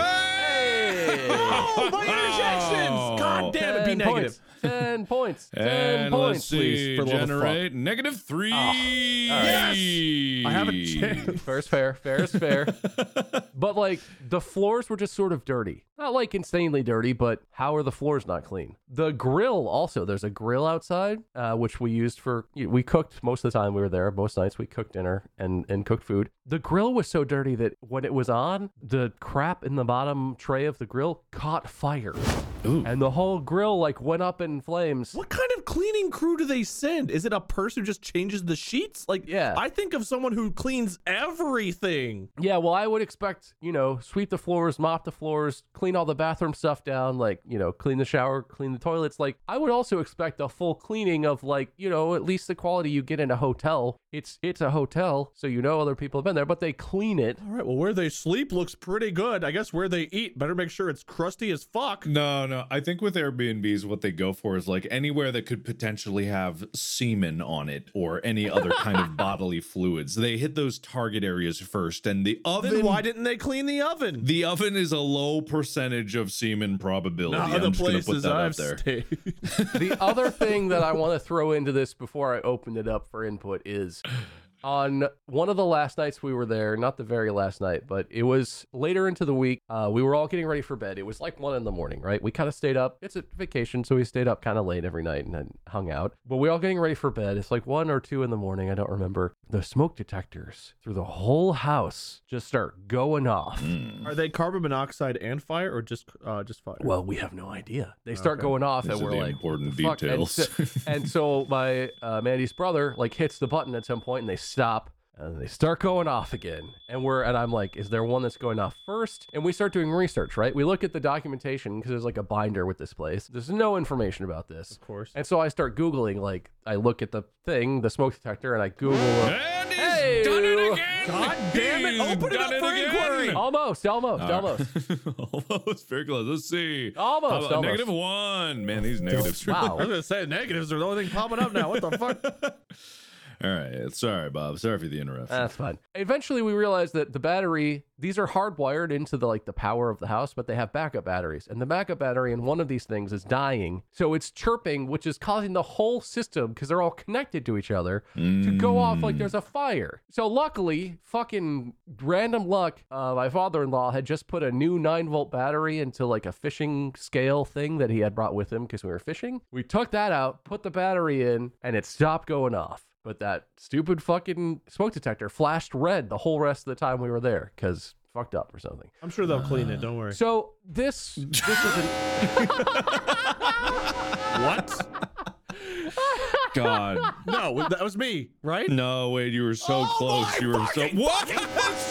Speaker 5: Oh, my interjections! God damn it, be negative.
Speaker 4: points. Ten points. Ten
Speaker 2: And
Speaker 4: points,
Speaker 2: let's see,
Speaker 4: please, for the love of fuck.
Speaker 2: generate negative three.
Speaker 5: Ah, I have a chance.
Speaker 4: Fair's fair. Fair is fair. but like the floors were just sort of dirty. Not like insanely dirty, but how are the floors not clean? The grill also. There's a grill outside, uh, which we used for we cooked most of the time we were there. Most nights we cooked dinner and and cooked food. The grill was so dirty that when it was on, the crap in the bottom tray of the grill caught fire, and the whole grill like went up in flames.
Speaker 5: What kind of cleaning crew do they send? Is it a person who just changes the sheets? Like,
Speaker 4: Yeah.
Speaker 5: I think of someone who cleans everything.
Speaker 4: Yeah, well, I would expect, you know, sweep the floors, mop the floors, clean all the bathroom stuff down, like, you know, clean the shower, clean the toilets. Like, I would also expect a full cleaning of, like, you know, at least the quality you get in a hotel. It's it's a hotel, so you know other people have been there, but they clean it.
Speaker 5: All right, well, where they sleep looks pretty good. I guess where they eat, better make sure it's crusty as fuck.
Speaker 2: No, no. I think with Airbnbs, what they go for is like anywhere that could potentially have semen on it or any other kind of bodily fluids. They hit those target areas first, and the oven.
Speaker 5: Then why didn't they clean the oven?
Speaker 2: the oven is a low percentage of semen probability.
Speaker 5: None
Speaker 2: I'm
Speaker 5: of the
Speaker 2: just gonna put
Speaker 5: places
Speaker 2: that out
Speaker 5: I've
Speaker 2: there.
Speaker 5: stayed.
Speaker 4: The other thing that I want to throw into this before I open it up for input is on one of the last nights we were there, not the very last night, but it was later into the week. Uh, we were all getting ready for bed. It was like one in the morning, right? We kind of stayed up. It's a vacation, so we stayed up kind of late every night and then hung out. But we all getting ready for bed. It's like one or two in the morning. I don't remember. The smoke detectors through the whole house just start going off.
Speaker 5: Are they carbon monoxide and fire, or just uh, just fire?
Speaker 4: Well, we have no idea. They start going off,
Speaker 2: These
Speaker 4: and
Speaker 2: are
Speaker 4: we're
Speaker 2: the
Speaker 4: like,
Speaker 2: important
Speaker 4: "The fuck?" And
Speaker 2: details.
Speaker 4: so, and so my uh, Mandy's brother like hits the button at some point, and they stop, and they start going off again. And we're and I'm like, is there one that's going off first? And we start doing research, right? We look at the documentation because there's like a binder with this place. There's no information about this, of
Speaker 5: course.
Speaker 4: And so I start googling, like I look at the thing, the smoke detector, and I Google.
Speaker 2: And he's
Speaker 4: Hey!
Speaker 2: done it again!
Speaker 5: God damn it,
Speaker 2: He's
Speaker 5: open it
Speaker 2: done
Speaker 5: up for inquiry!
Speaker 2: again!
Speaker 4: Almost, almost, almost.
Speaker 2: almost, very close. Let's see.
Speaker 4: Almost,
Speaker 2: How about
Speaker 4: almost.
Speaker 2: Negative one. Man, these negatives. are-
Speaker 5: I was
Speaker 4: Wow.
Speaker 5: gonna say negatives are the only thing popping up now. What the fuck?
Speaker 2: All right. Sorry, Bob. Sorry for the interruption.
Speaker 5: Uh,
Speaker 4: That's fine. Eventually, we realized that the battery these are hardwired into the like the power of the house, but they have backup batteries, and the backup battery in one of these things is dying, so it's chirping, which is causing the whole system because they're all connected to each other to go off like there's a fire. So luckily, fucking random luck, uh, my father-in-law had just put a new nine volt battery into like a fishing scale thing that he had brought with him because we were fishing. We took that out, put the battery in, and it stopped going off. But that stupid fucking smoke detector flashed red the whole rest of the time we were there because fucked up or something.
Speaker 5: I'm sure they'll clean it. Don't worry.
Speaker 4: So this this is an,
Speaker 5: what?
Speaker 2: God.
Speaker 5: No, that was me, right?
Speaker 2: No, wait, you were so
Speaker 5: Oh my
Speaker 2: close. You were so.
Speaker 5: fucking
Speaker 2: What?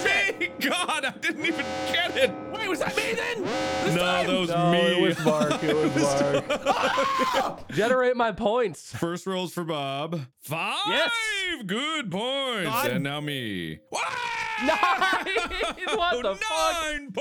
Speaker 2: Thank God, I didn't even get it.
Speaker 5: Wait, was that me then?
Speaker 2: no, that was
Speaker 4: no,
Speaker 2: me.
Speaker 4: it was Mark. It was Mark. Generate my points.
Speaker 2: First rolls for Bob. Five.
Speaker 4: Yes.
Speaker 2: Good points. And now me.
Speaker 4: Nine.
Speaker 2: Wow, Oh,
Speaker 4: what the fuck?
Speaker 2: Nine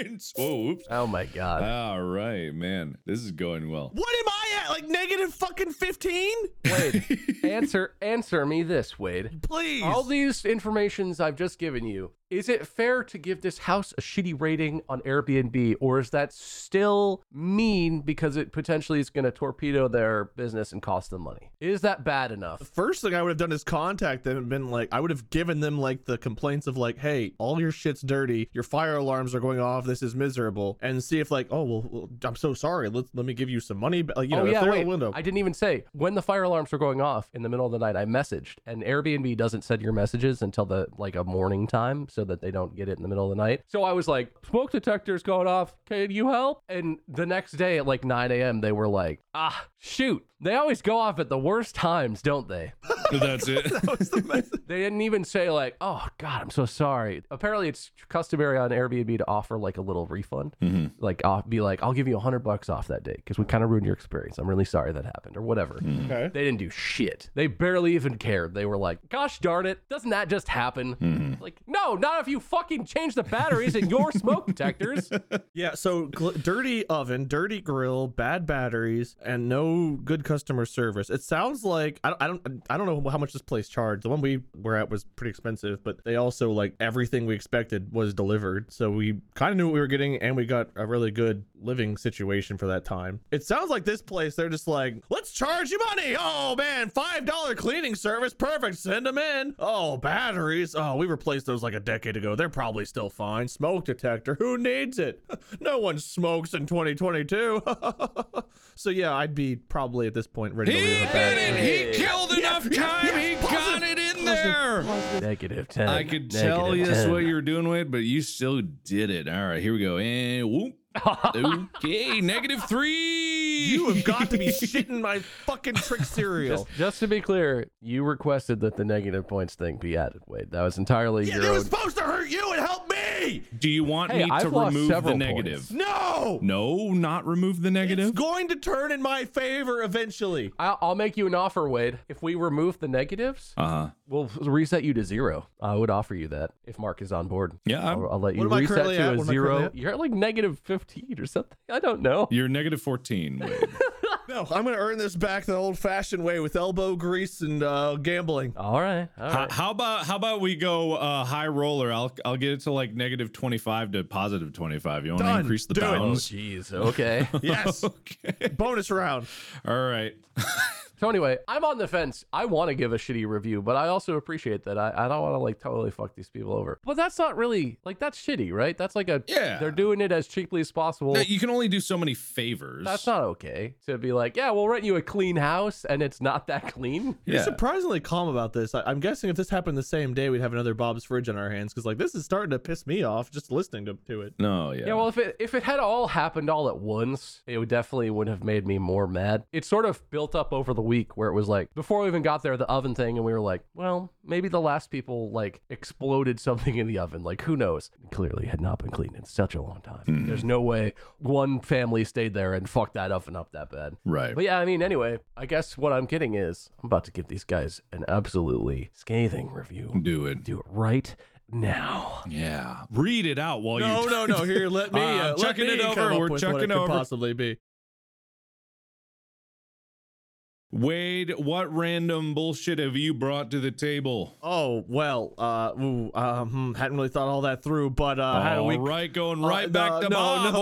Speaker 2: points. Oh, oops.
Speaker 4: Oh my god.
Speaker 2: All right, man. This is going well.
Speaker 5: What am I at? Like negative fucking fifteen?
Speaker 4: Wade, answer answer me this, Wade.
Speaker 5: Please.
Speaker 4: All these informations I've just given you, is it fair to give this house a shitty rating on Airbnb, or is that still mean because it potentially is going to torpedo their business and cost them money? Is that bad enough?
Speaker 5: First thing I would have done is contact them and been like, I would have given them like the complaints of like, hey, all your shit's dirty, your fire alarms are going off, this is miserable, and see if like, oh well, well, I'm so sorry, let let me give you some money, but like, you know,
Speaker 4: oh
Speaker 5: if
Speaker 4: yeah,
Speaker 5: they're
Speaker 4: wait.
Speaker 5: a window.
Speaker 4: I didn't even say when the fire alarms were going off in the middle of the night. I messaged, and Airbnb doesn't send your messages until the like a morning time. so that they don't get it in the middle of the night. So I was like, smoke detector's going off. Can you help? And the next day at like 9 a.m., they were like, ah, shoot. They always go off at the worst times, don't they?
Speaker 2: That's it.
Speaker 4: They didn't even say like, "Oh God, I'm so sorry." Apparently, it's customary on Airbnb to offer like a little refund, like off, be like, "I'll give you a hundred bucks off that day because we kind of ruined your experience. I'm really sorry that happened or whatever."
Speaker 5: Okay.
Speaker 4: They didn't do shit. They barely even cared. They were like, "Gosh darn it, doesn't that just happen?" Like, no, not if you fucking change the batteries in your smoke detectors.
Speaker 5: Yeah, so gl- dirty oven, dirty grill, bad batteries, and no good customer service. It sounds like I don't, I don't, I don't know how much this place charged. The one we were at was pretty expensive, but they also like everything we expected was delivered, so we kind of knew what we were getting, and we got a really good living situation for that time. It sounds like this place they're just like, let's charge you money. Oh man, five dollar cleaning service, perfect. Send them in. Oh batteries. Oh, we replaced those like a decade ago. They're probably still fine. Smoke detector. Who needs it? No one smokes in 2022. so yeah, I'd be probably at this point ready to leave.
Speaker 2: He
Speaker 5: in
Speaker 2: did
Speaker 5: a bag.
Speaker 2: it. He killed enough time. he got it in there.
Speaker 4: Negative ten.
Speaker 2: I could
Speaker 4: Negative
Speaker 2: tell you that's
Speaker 4: 10.
Speaker 2: what you were doing, Wade, but you still did it. All right, here we go. And whoop. okay, negative three.
Speaker 5: You have got to be shitting my fucking trick cereal.
Speaker 4: Just, just to be clear, you requested that the negative points thing be added. Wait, that was entirely
Speaker 5: Yeah,
Speaker 4: your
Speaker 5: it was
Speaker 4: own.
Speaker 5: supposed to hurt you and help me.
Speaker 2: Do you want
Speaker 4: Hey,
Speaker 2: me
Speaker 4: I've
Speaker 2: to
Speaker 4: lost
Speaker 2: remove the
Speaker 4: several
Speaker 2: negative?
Speaker 5: No.
Speaker 2: No, not remove the negative.
Speaker 5: It's going to turn in my favor eventually.
Speaker 4: I'll, I'll make you an offer, Wade. If we remove the negatives,
Speaker 2: Uh huh.
Speaker 4: we'll reset you to zero. I would offer you that if Mark is on board.
Speaker 2: Yeah, I'm-
Speaker 4: I'll, I'll let you
Speaker 5: What am I
Speaker 4: reset
Speaker 5: currently
Speaker 4: to
Speaker 5: at?
Speaker 4: a
Speaker 5: What am I currently
Speaker 4: zero.
Speaker 5: at?
Speaker 4: You're at like negative 15 or something. I don't know.
Speaker 2: You're negative 14. Wade.
Speaker 5: No, I'm going to earn this back the old fashioned way with elbow grease and uh, gambling.
Speaker 4: All right. All
Speaker 2: how,
Speaker 4: right.
Speaker 2: how about how about we go uh, high roller? I'll I'll get it to like negative 25 to positive 25. You want to
Speaker 5: Done.
Speaker 2: increase the
Speaker 5: Do it.
Speaker 2: bounds?
Speaker 4: Jeez. Okay.
Speaker 5: Yes.
Speaker 2: Okay.
Speaker 5: Bonus round.
Speaker 2: All right.
Speaker 4: so anyway, I'm on the fence. I want to give a shitty review, but I also appreciate that I, I don't want to like totally fuck these people over. But that's not really like that's shitty, right? That's like a
Speaker 2: Yeah.
Speaker 4: They're doing it as cheaply as possible.
Speaker 2: you can only do so many favors.
Speaker 4: that's not okay to be like, yeah, we'll rent you a clean house, and it's not that clean.
Speaker 5: You're
Speaker 2: Yeah.
Speaker 5: surprisingly calm about this. I, I'm guessing if this happened the same day, we'd have another Bob's Fridge on our hands because, like, this is starting to piss me off just listening to, to it.
Speaker 2: No, yeah.
Speaker 4: Yeah, well, if it if it had all happened all at once, it would definitely would have made me more mad. It sort of built up over the week where it was like before we even got there, the oven thing, and we were like, well, maybe the last people like exploded something in the oven. Like who knows? Clearly, had not been cleaned in such a long time.
Speaker 2: Hmm.
Speaker 4: There's no way one family stayed there and fucked that oven up that bad.
Speaker 2: right.
Speaker 4: But yeah, I mean, anyway, I guess what I'm getting is I'm about to give these guys an absolutely scathing review.
Speaker 2: do it.
Speaker 4: Do it right now.
Speaker 2: Yeah. Read it out while
Speaker 5: No,
Speaker 2: you.
Speaker 5: no, no. Here, let me.
Speaker 2: Uh,
Speaker 5: Uh,
Speaker 2: I'm
Speaker 5: let
Speaker 2: chucking
Speaker 5: me
Speaker 2: it over.
Speaker 5: come up
Speaker 2: We're
Speaker 5: with what
Speaker 2: chucking
Speaker 5: it could
Speaker 2: over.
Speaker 5: Possibly be.
Speaker 2: Wade, what random bullshit have you brought to the table?
Speaker 5: Oh well. Uh, ooh, uh, hmm, hadn't really thought all that through, but uh, how do
Speaker 2: All
Speaker 5: we?
Speaker 2: right, going
Speaker 5: Uh,
Speaker 2: right back
Speaker 5: no,
Speaker 2: to
Speaker 5: no,
Speaker 2: Bob.
Speaker 5: no,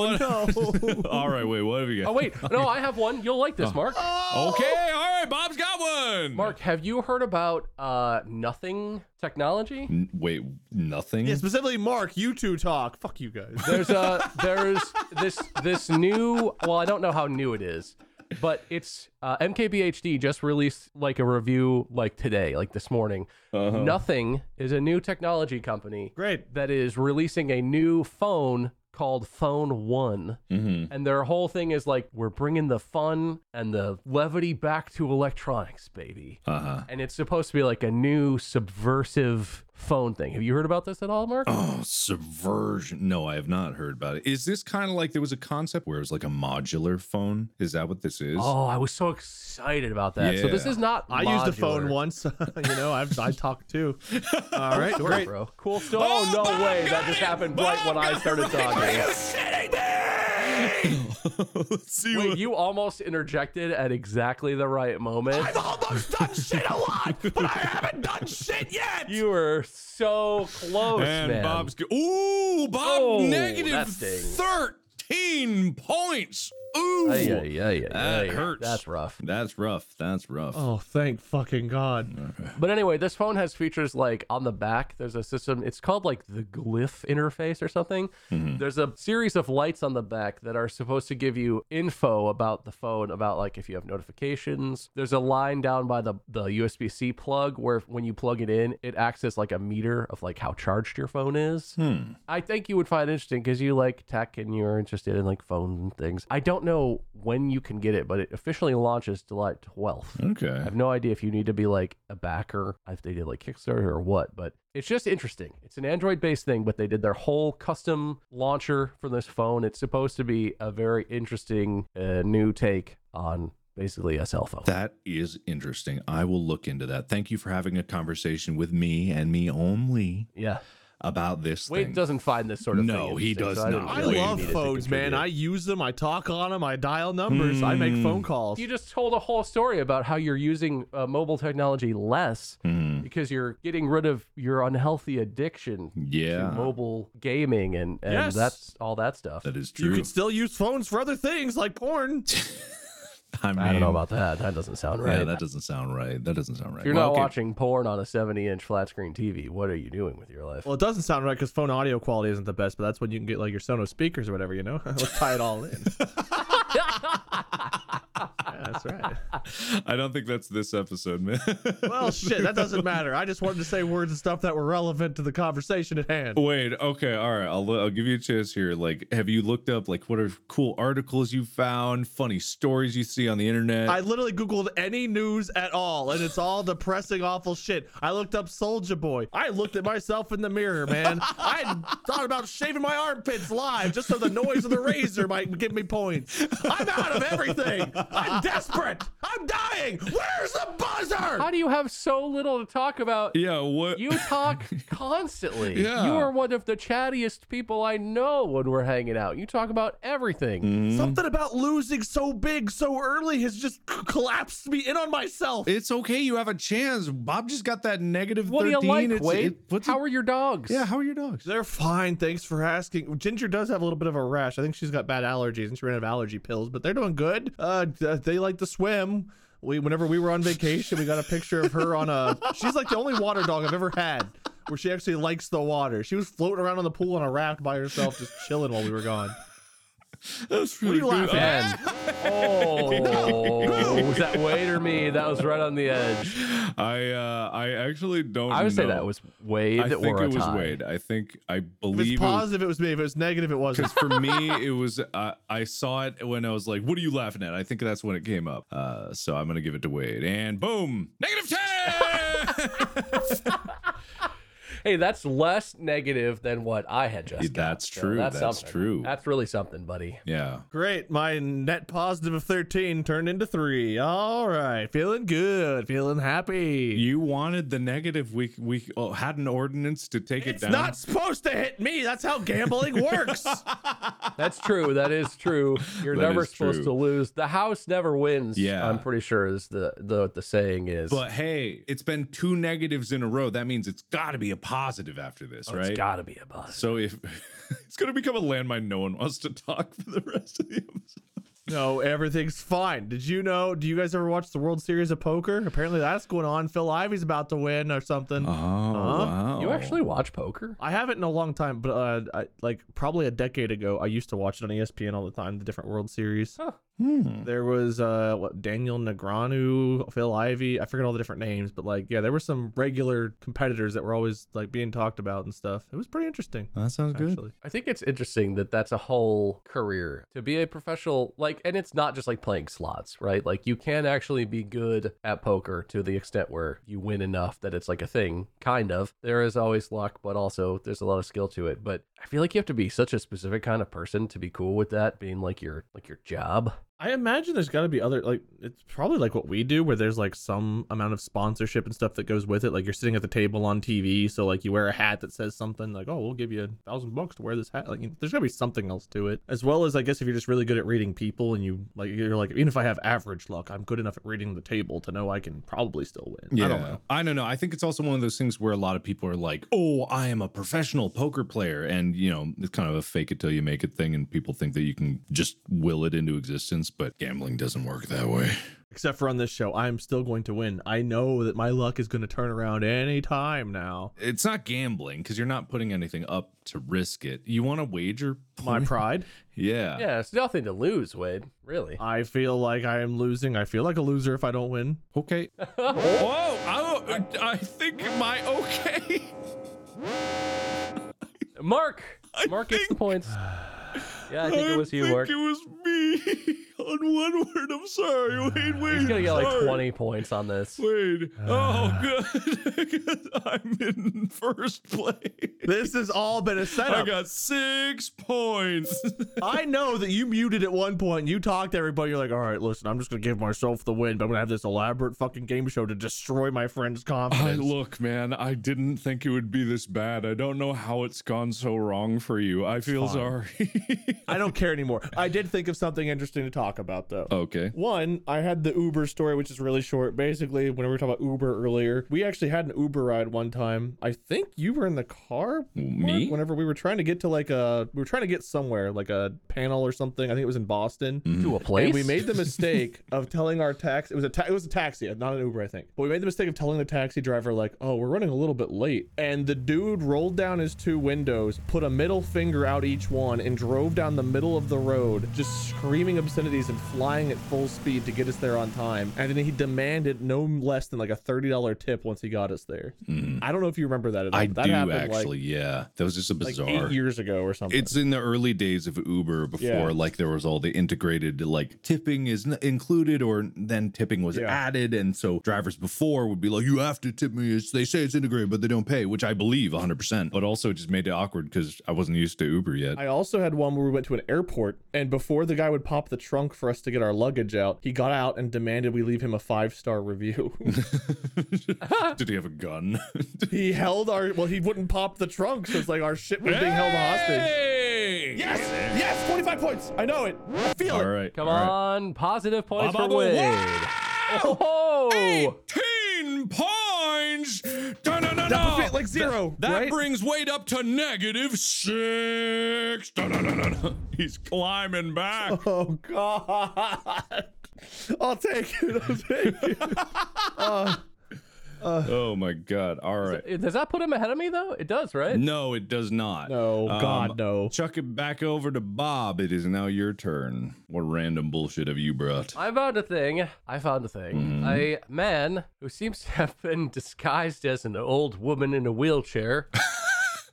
Speaker 2: What-
Speaker 5: no.
Speaker 2: all right, wait, what have you got?
Speaker 4: Oh wait, no, I have one. You'll like this, Mark.
Speaker 2: Oh. Okay, all right, Bob's got one.
Speaker 4: Mark, have you heard about uh nothing technology?
Speaker 2: N- wait, nothing?
Speaker 5: Yeah, specifically, Mark. You two talk. Fuck you guys.
Speaker 4: There's a there's this this new well, I don't know how new it is, but it's uh MKBHD just released like a review like today, like this morning. Nothing is a new technology company
Speaker 5: Great.
Speaker 4: that is releasing a new phone called Phone One.
Speaker 2: Mhm.
Speaker 4: And their whole thing is like, we're bringing the fun and the levity back to electronics, baby.
Speaker 2: Uh-huh.
Speaker 4: and it's supposed to be like a new subversive phone thing. Have you heard about this at all, Mark?
Speaker 2: Oh, subversion. No, I have not heard about it. Is this kind of like there was a concept where it was like a modular phone? Is that what this is?
Speaker 4: Oh, I was so excited about that. So this
Speaker 2: Yeah.
Speaker 4: is not.
Speaker 5: I used the phone
Speaker 4: modular.
Speaker 5: once. you know, I've I talked too. All right,
Speaker 4: Sure,
Speaker 5: great.
Speaker 4: bro. Cool. So, oh, no
Speaker 2: Bob
Speaker 4: way.
Speaker 2: got
Speaker 4: That just
Speaker 2: it!
Speaker 4: happened right
Speaker 2: Bob
Speaker 4: when I
Speaker 2: got it!
Speaker 4: started
Speaker 2: Are
Speaker 4: talking.
Speaker 2: you sitting there? Let's see
Speaker 4: Wait,
Speaker 2: what-
Speaker 4: you almost interjected at exactly the right moment.
Speaker 5: almost done shit a lot, but I haven't done shit yet.
Speaker 4: You were so close,
Speaker 2: and
Speaker 4: man.
Speaker 2: Bob's go- ooh, Bob
Speaker 4: Oh,
Speaker 2: negative
Speaker 4: that stings.
Speaker 2: thirteen points. Ooh,
Speaker 3: Ay, ay, ay,
Speaker 2: that
Speaker 3: ay, ay.
Speaker 2: hurts.
Speaker 3: That's rough.
Speaker 2: That's rough. That's rough.
Speaker 5: Oh, thank fucking God.
Speaker 4: But anyway, this phone has features like on the back, there's a system. It's called like the glyph interface or something. There's a series of lights on the back that are supposed to give you info about the phone, about like if you have notifications. There's a line down by the, the USB C plug where when you plug it in, it acts as like a meter of like how charged your phone is.
Speaker 2: Hmm,
Speaker 4: I think you would find it interesting because you like tech and you're interested in like phones and things. I don't know when you can get it, but it officially launches July 12th. I
Speaker 2: Okay.
Speaker 4: have no idea if you need to be like a backer, if they did like Kickstarter or what, but it's just interesting. It's an Android based thing, but they did their whole custom launcher for this phone. It's supposed to be a very interesting uh, new take on basically a cell phone.
Speaker 2: That is interesting. I will look into that. Thank you for having a conversation with me and me only
Speaker 4: yeah.
Speaker 2: about this
Speaker 4: Wade
Speaker 2: thing.
Speaker 4: doesn't find this sort of thing.
Speaker 2: No, he
Speaker 4: interesting,
Speaker 2: does
Speaker 4: so I didn't
Speaker 2: not.
Speaker 5: I
Speaker 4: really
Speaker 5: love
Speaker 4: need it to
Speaker 5: phones, man.
Speaker 4: contribute.
Speaker 5: I use them. I talk on them. I dial numbers. I make phone calls.
Speaker 4: You just told a whole story about how you're using uh, mobile technology less
Speaker 2: Hmm.
Speaker 4: because you're getting rid of your unhealthy addiction
Speaker 2: Yeah.
Speaker 4: to mobile gaming and, and
Speaker 5: Yes.
Speaker 4: that's all that stuff.
Speaker 2: That is
Speaker 5: You
Speaker 2: true.
Speaker 5: can still use phones for other things like porn.
Speaker 2: I,
Speaker 4: I don't
Speaker 2: mean,
Speaker 4: know about that. That doesn't sound right.
Speaker 2: Yeah, that doesn't sound right. That doesn't sound right.
Speaker 4: if you're
Speaker 2: Well,
Speaker 4: not
Speaker 2: okay.
Speaker 4: watching porn on a 70 inch flat screen TV, what are you doing with your life?
Speaker 5: Well, it doesn't sound right because phone audio quality isn't the best, but that's when you can get like your Sonos speakers or whatever, you know? Let's tie it all in. Yeah, that's right.
Speaker 2: I don't think that's this episode, man.
Speaker 5: Well, shit, that doesn't matter. I just wanted to say words and stuff that were relevant to the conversation at hand.
Speaker 2: Wait, okay, all right. I'll I'll give you a chance here. Like, have you looked up like what are cool articles you found, funny stories you see on the internet?
Speaker 5: I literally Googled any news at all, and it's all depressing, awful shit. I looked up Soldier Boy. I looked at myself in the mirror, man. I thought about shaving my armpits live just so the noise of the razor might give me points. I'm out of everything. I'm desperate. I'm dying. Where's the
Speaker 4: How
Speaker 5: buzzer?
Speaker 4: do you have so little to talk about?
Speaker 2: yeah, what?
Speaker 4: You talk constantly.
Speaker 2: Yeah.
Speaker 4: You are one of the chattiest people I know when we're hanging out. You talk about everything.
Speaker 2: Mm.
Speaker 5: Something about losing so big so early has just c- collapsed me in on myself.
Speaker 2: it's okay. You have a chance. Bob just got that negative
Speaker 4: What do you
Speaker 2: thirteen.
Speaker 4: like,
Speaker 2: it's,
Speaker 4: Wade?
Speaker 2: it- what's
Speaker 4: How
Speaker 2: it-
Speaker 4: are your dogs?
Speaker 2: yeah? How are your dogs?
Speaker 5: They're fine. Thanks for asking. Ginger does have a little bit of a rash. I think she's got bad allergies and she ran out of allergy pills, but they're doing good. Uh, d- they like to swim. We, whenever we were on vacation, we got a picture of her on a. She's like the only water dog I've ever had where she actually likes the water. She was floating around on the pool on a raft by herself, just chilling while we were gone.
Speaker 2: That's
Speaker 5: What are you laughing at?
Speaker 4: Ben.
Speaker 2: Oh.
Speaker 4: oh, was that Wade or me? That was right on the edge.
Speaker 2: I uh, I actually don't.
Speaker 4: I would say
Speaker 2: know.
Speaker 4: that was Wade
Speaker 2: I think
Speaker 4: or a
Speaker 2: it was
Speaker 4: tie.
Speaker 2: Wade. I think I
Speaker 5: If it's
Speaker 2: believe it was-
Speaker 5: positive, it was me. If it was negative, it wasn't.
Speaker 2: because for me it was uh, i saw it when i was like what are you laughing at i think that's when it came up uh, so i'm gonna give it to wade and boom negative 10
Speaker 4: Hey, that's less negative than what I had just.
Speaker 2: Yeah,
Speaker 4: got.
Speaker 2: that's true. That's
Speaker 4: something.
Speaker 2: true.
Speaker 4: That's really something, buddy.
Speaker 2: yeah
Speaker 5: Great. My net positive of 13 turned into three. All right. Feeling good. Feeling happy.
Speaker 2: you wanted the negative we we oh, had an ordinance to take it
Speaker 5: It's
Speaker 2: down
Speaker 5: not supposed to hit me. That's how gambling works.
Speaker 4: That's true. That is true. You're
Speaker 2: That
Speaker 4: never
Speaker 2: is
Speaker 4: supposed
Speaker 2: true.
Speaker 4: to lose. The house never wins.
Speaker 2: Yeah.
Speaker 4: I'm pretty sure is the the what the saying is.
Speaker 2: but hey it's been two negatives in a row that means it's got to be a positive after this
Speaker 4: Oh,
Speaker 2: right
Speaker 4: It's got to be a bus.
Speaker 2: so if it's gonna become a landmine no one wants to talk for the rest of the episode
Speaker 5: no, everything's fine. Did you know? Do you guys ever watch the World Series of Poker? Apparently, that's going on. Phil Ivey's about to win or something.
Speaker 2: Oh, Uh-huh. wow
Speaker 4: You actually watch poker?
Speaker 5: I haven't in a long time, but uh, I, like probably a decade ago, I used to watch it on E ESPN all the time. The different World Series.
Speaker 2: Hmm.
Speaker 5: There was uh, what Daniel Negreanu, Phil Ivey. I forget all the different names, but like, yeah, there were some regular competitors that were always like being talked about and stuff. It was pretty interesting.
Speaker 2: that sounds good
Speaker 5: Actually.
Speaker 4: I think it's interesting that that's a whole career to be a professional like and it's not just like playing slots, right? Like you can actually be good at poker to the extent where you win enough that it's like a thing, kind of. There is always luck, but also there's a lot of skill to it. But I feel like you have to be such a specific kind of person to be cool with that being like your like your job.
Speaker 5: I imagine there's got to be other like it's probably like what we do where there's like some amount of sponsorship and stuff that goes with it. Like you're sitting at the table on TV, so like you wear a hat that says something like, "Oh, we'll give you a thousand bucks to wear this hat." Like you- there's got to be something else to it, as well as I guess if you're just really good at reading people and you like you're like even if I have average luck, I'm good enough at reading the table to know I can probably still win.
Speaker 2: Yeah.
Speaker 5: I don't know.
Speaker 2: I don't know. I think it's also one of those things where a lot of people are like, "Oh, I am a professional poker player," and you know, it's kind of a fake it till you make it thing, and people think that you can just will it into existence. But gambling doesn't work that way.
Speaker 5: Except for on this show, I'm still going to win. I know that my luck is going to turn around any time now.
Speaker 2: It's not gambling because you're not putting anything up to risk it. You want to wager?
Speaker 5: My pride.
Speaker 2: Yeah.
Speaker 4: Yeah, it's nothing to lose, Wade. Really.
Speaker 5: I feel like I am losing. I feel like a loser if I don't win.
Speaker 2: Okay. Whoa! I, I think my okay.
Speaker 4: Mark! Mark gets the points. Yeah, I think it was you, Mark.
Speaker 2: it was me. On one word, I'm sorry. Wait, wait.
Speaker 4: Ah, He's gonna get like Ah.
Speaker 2: sorry.
Speaker 4: 20 points on this.
Speaker 2: Wait. Oh, good. I'm in first place.
Speaker 5: This has all been a setup.
Speaker 2: I got six points.
Speaker 5: I know that you muted at one point. and You talked to everybody. You're like, all right, listen, I'm just gonna give myself the win, but I'm gonna have this elaborate fucking game show to destroy my friend's confidence.
Speaker 2: look, man, I didn't think it would be this bad. I don't know how it's gone so wrong for you. I feel sorry.
Speaker 5: I don't care anymore. I did think of something interesting to talk about though.
Speaker 2: okay.
Speaker 5: One, I had the Uber story, which is really short. Basically, when we were talking about Uber earlier, we actually had an Uber ride one time. I think you were in the car.
Speaker 2: Me?
Speaker 5: Mark, Whenever we were trying to get to like a, we were trying to get somewhere, like a panel or something. I think it was in Boston.
Speaker 4: To a place?
Speaker 5: And we made the mistake of telling our tax. It was a ta- it was a taxi, not an Uber, I think. But we made the mistake of telling the taxi driver like, "Oh, we're running a little bit late." And the dude rolled down his two windows, put a middle finger out each one, and drove down the middle of the road, just screaming obscenities and flying at full speed to get us there on time. And then he demanded no less than like a thirty dollar tip once he got us there. I don't know if you remember that at all.
Speaker 2: Hmm. I
Speaker 5: but that
Speaker 2: do
Speaker 5: happened
Speaker 2: actually. yeah. That was just a
Speaker 5: like,
Speaker 2: bizarre.
Speaker 5: like eight years ago or something.
Speaker 2: It's in the early days of Uber before
Speaker 5: Yeah.
Speaker 2: like there was all the integrated like tipping is n- included or then tipping was
Speaker 5: Yeah.
Speaker 2: added and so drivers before would be like you have to tip me it's, they say it's integrated but they don't pay which I believe 100% but also it just made it awkward cuz I wasn't used to Uber yet.
Speaker 5: I also had one where we went to an airport, and before the guy would pop the trunk for us to get our luggage out, he got out and demanded we leave him a five star review.
Speaker 2: Did he have a gun?
Speaker 5: he held our well, he wouldn't pop the trunk, so it's like our ship was being held hostage.
Speaker 2: Hey!
Speaker 5: Yes, yes, twenty five points. I know it. I feel
Speaker 2: All
Speaker 5: it.
Speaker 2: right.
Speaker 4: Come
Speaker 2: all right.
Speaker 4: on, positive points
Speaker 2: Baba
Speaker 4: for Wade.
Speaker 2: Wow!
Speaker 4: Oh,
Speaker 2: 18 points! Dun-dun-dun-dun!
Speaker 5: That would fit like zero,
Speaker 2: That,
Speaker 5: right?
Speaker 2: brings weight up to negative six. Dun-dun-dun-dun-dun. He's climbing back.
Speaker 5: Oh god. I'll take it. I'll take it.
Speaker 2: oh my god. All right.
Speaker 4: It- does that put him ahead of me though? It does, right?
Speaker 2: No, it does not.
Speaker 5: No, God, no.
Speaker 2: Chuck it back over to Bob. It is now your turn. What random bullshit have you brought?
Speaker 4: I found a thing. I found a thing.
Speaker 2: Mm-hmm.
Speaker 4: A man who seems to have been disguised as an old woman in a wheelchair,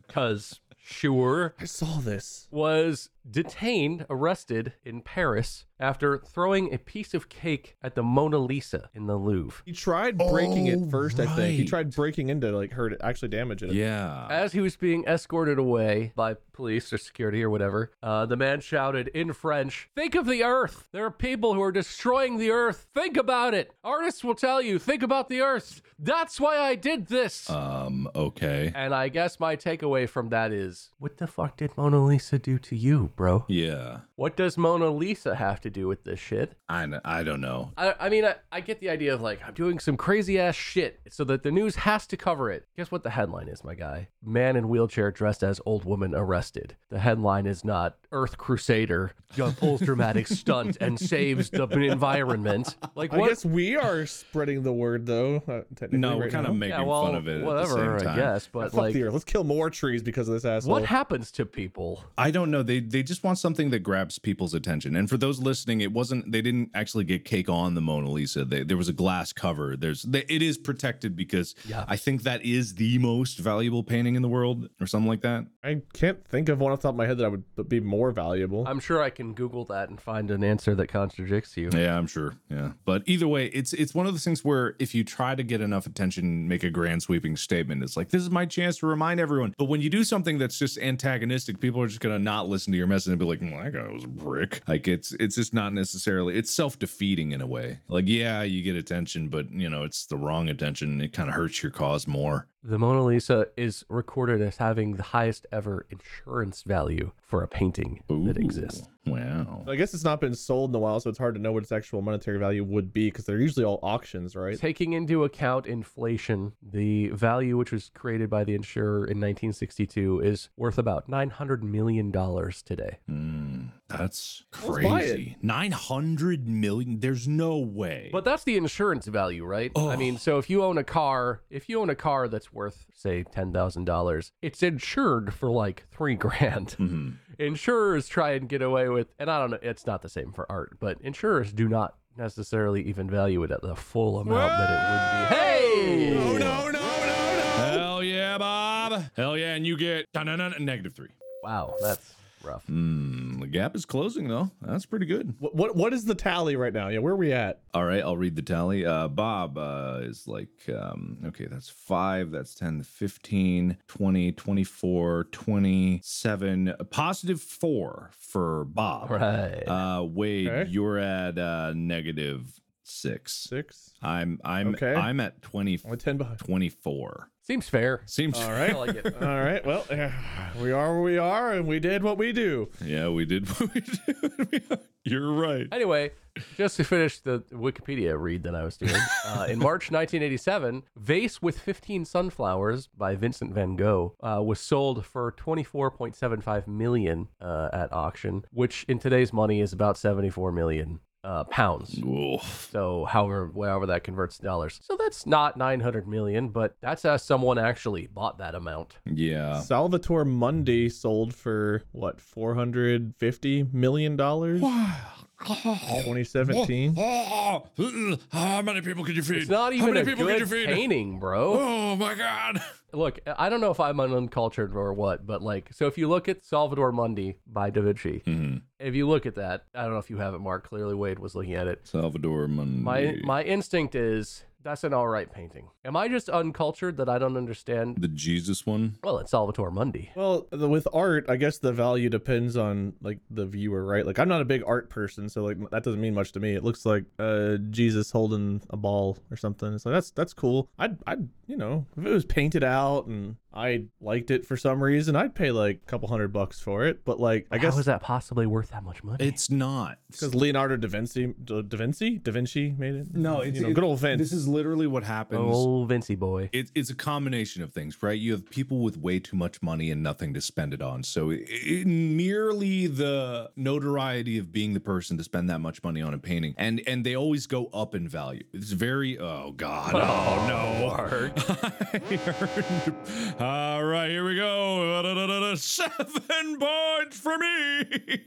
Speaker 4: because sure,
Speaker 5: I saw this.
Speaker 4: was detained, arrested in Paris after throwing a piece of cake at the Mona Lisa in the Louvre.
Speaker 5: He tried breaking
Speaker 2: Oh,
Speaker 5: it first, I think. He
Speaker 2: right.
Speaker 5: tried breaking into like hurt it, actually damage it.
Speaker 2: Yeah.
Speaker 4: Uh, As he was being escorted away by police or security or whatever, uh, the man shouted in French, Think of the earth! There are people who are destroying the earth! Think about it! Artists will tell you, think about the earth! That's why I did this!
Speaker 2: Um, okay.
Speaker 4: and I guess my takeaway from that is, What the fuck did Mona Lisa do to you, bro?
Speaker 2: Yeah.
Speaker 4: What does Mona Lisa have to do with this shit?
Speaker 2: I, kn- I don't know.
Speaker 4: I, I mean, I, I get the idea of like, I'm doing some crazy ass shit so that the news has to cover it. Guess what the headline is, my guy? Man in wheelchair dressed as old woman arrested. The headline is not Earth Crusader pulls dramatic stunt and saves the environment. Like,
Speaker 5: I
Speaker 4: what?
Speaker 5: guess we are spreading the word though. Uh, technically
Speaker 2: No, we're
Speaker 5: right
Speaker 2: kind
Speaker 5: now.
Speaker 2: of making
Speaker 4: yeah, well,
Speaker 2: fun of it
Speaker 4: whatever,
Speaker 2: at the same time.
Speaker 4: I guess. But
Speaker 5: Fuck
Speaker 4: like,
Speaker 5: the earth. Let's kill more trees because of this asshole.
Speaker 4: what happens to people?
Speaker 2: I don't know. They they just want something that grabs people's attention. And for those listening, it wasn't. They didn't actually get cake on the Mona Lisa. They, there was a glass cover. There's they, it is protected because
Speaker 4: Yeah.
Speaker 2: I think that is the most valuable painting in the world, or something like that.
Speaker 5: I can't think of one off the top of my head that I would be more valuable.
Speaker 4: I'm sure I can Google that and find an answer that contradicts you.
Speaker 2: Yeah, I'm sure. Yeah, but either way, it's it's one of those things where if you try to get enough attention, make a grand sweeping statement, it's like this is my chance to remind everyone. But when you do something that's just antagonistic, people are just gonna not listen to your message and be like, "Mm, that guy was a brick. Like it's it's just not necessarily it's self defeating in a way. Like yeah, you get attention, but you know it's the wrong attention. It kind of hurts your cause more.
Speaker 4: The Mona Lisa is recorded as having the highest ever insurance value for a painting that
Speaker 2: Ooh,
Speaker 4: exists.
Speaker 2: Wow.
Speaker 5: I guess it's not been sold in a while, so it's hard to know what its actual monetary value would be because they're usually all auctions, right?
Speaker 4: Taking into account inflation, the value which was created by the insurer in 1962 is worth about 900 million dollars today.
Speaker 2: Mm, that's
Speaker 5: Let's buy it.
Speaker 2: crazy. Nine hundred million. There's no way.
Speaker 4: But that's the insurance value, right? I mean, so if you own a car, if you own a car that's worth say $10,000, it's insured for like 3 grand.
Speaker 2: Mhm.
Speaker 4: insurers try and get away with and i don't know it's not the same for art but insurers do not necessarily even value it at the full amount that it would be hey
Speaker 2: Oh, no, no, no, no. Hell yeah, Bob. Hell yeah, and you get dun, dun, dun, negative three.
Speaker 4: wow that's rough
Speaker 2: Mm, the gap is closing though. That's pretty good.
Speaker 5: What, what what is the tally right now? Yeah, where are we at?
Speaker 2: All right, I'll read the tally. Uh, Bob uh, is like, um, okay, that's five, that's 10, 15, 20, 24, 27, a positive four for Bob.
Speaker 4: right
Speaker 2: Uh, Wade,
Speaker 5: Okay.
Speaker 2: you're at uh, negative six.
Speaker 5: Six.
Speaker 2: I'm I'm
Speaker 5: Okay.
Speaker 2: I'm at 20,
Speaker 5: Only ten behind.
Speaker 2: 24.
Speaker 4: seems fair
Speaker 2: Seems
Speaker 5: All
Speaker 4: i
Speaker 5: right.
Speaker 4: like it
Speaker 5: All right. Well, we are where we are, and we did what we do.
Speaker 2: Yeah, we did. what we did. You're right.
Speaker 4: Anyway, just to finish the Wikipedia read that I was doing, uh, in March 1987, Vase with 15 Sunflowers by Vincent van Gogh uh, was sold for 24.75 million uh, at auction, which in today's money is about 74 million uh, pounds.
Speaker 2: Oof.
Speaker 4: So, however, however that converts to dollars. So that's not 900 million, but that's how someone actually bought that amount.
Speaker 5: Oh.
Speaker 2: Yeah.
Speaker 5: Salvatore Mundi sold for what 450 million dollars. 2017.
Speaker 2: How many people could you feed?
Speaker 4: It's not
Speaker 2: How
Speaker 4: even
Speaker 2: many
Speaker 4: a
Speaker 2: people could you
Speaker 4: good
Speaker 2: feed?
Speaker 4: painting, bro.
Speaker 2: Oh my god.
Speaker 4: Look, I don't know if I'm an uncultured or what, but like, so if you look at Salvador Mundi by Da Vinci,
Speaker 5: Mm-hmm.
Speaker 4: if you look at that, I don't know if you have it, Mark. Clearly, Wade was looking at it.
Speaker 2: Salvador Mundi.
Speaker 4: My my instinct is that's an all right painting. Am I just uncultured that I don't understand?
Speaker 2: the Jesus one.
Speaker 4: Well, it's Salvador Mundi.
Speaker 5: Well, the, with art, I guess the value depends on like the viewer, right? Like I'm not a big art person, so like that doesn't mean much to me. It looks like uh Jesus holding a ball or something. So that's that's cool. I'd I'd you know if it was painted out and I liked it for some reason, I'd pay like a couple hundred bucks for it. But like I guess
Speaker 4: how is that possibly worth that much money?
Speaker 2: It's not.
Speaker 5: because Leonardo da Vinci, da, da Vinci, da Vinci made it.
Speaker 2: No,
Speaker 5: you know, good old Vince.
Speaker 2: This is literally what happens.
Speaker 4: oh, Vinci boy.
Speaker 2: It, it's a combination of things, right? You have people with way too much money and nothing to spend it on. So, it, it- merely the notoriety of being the person to spend that much money on a painting, and and they always go up in value. It's very oh god, oh no. All right, here we go. Da-da-da-da, Seven points for me.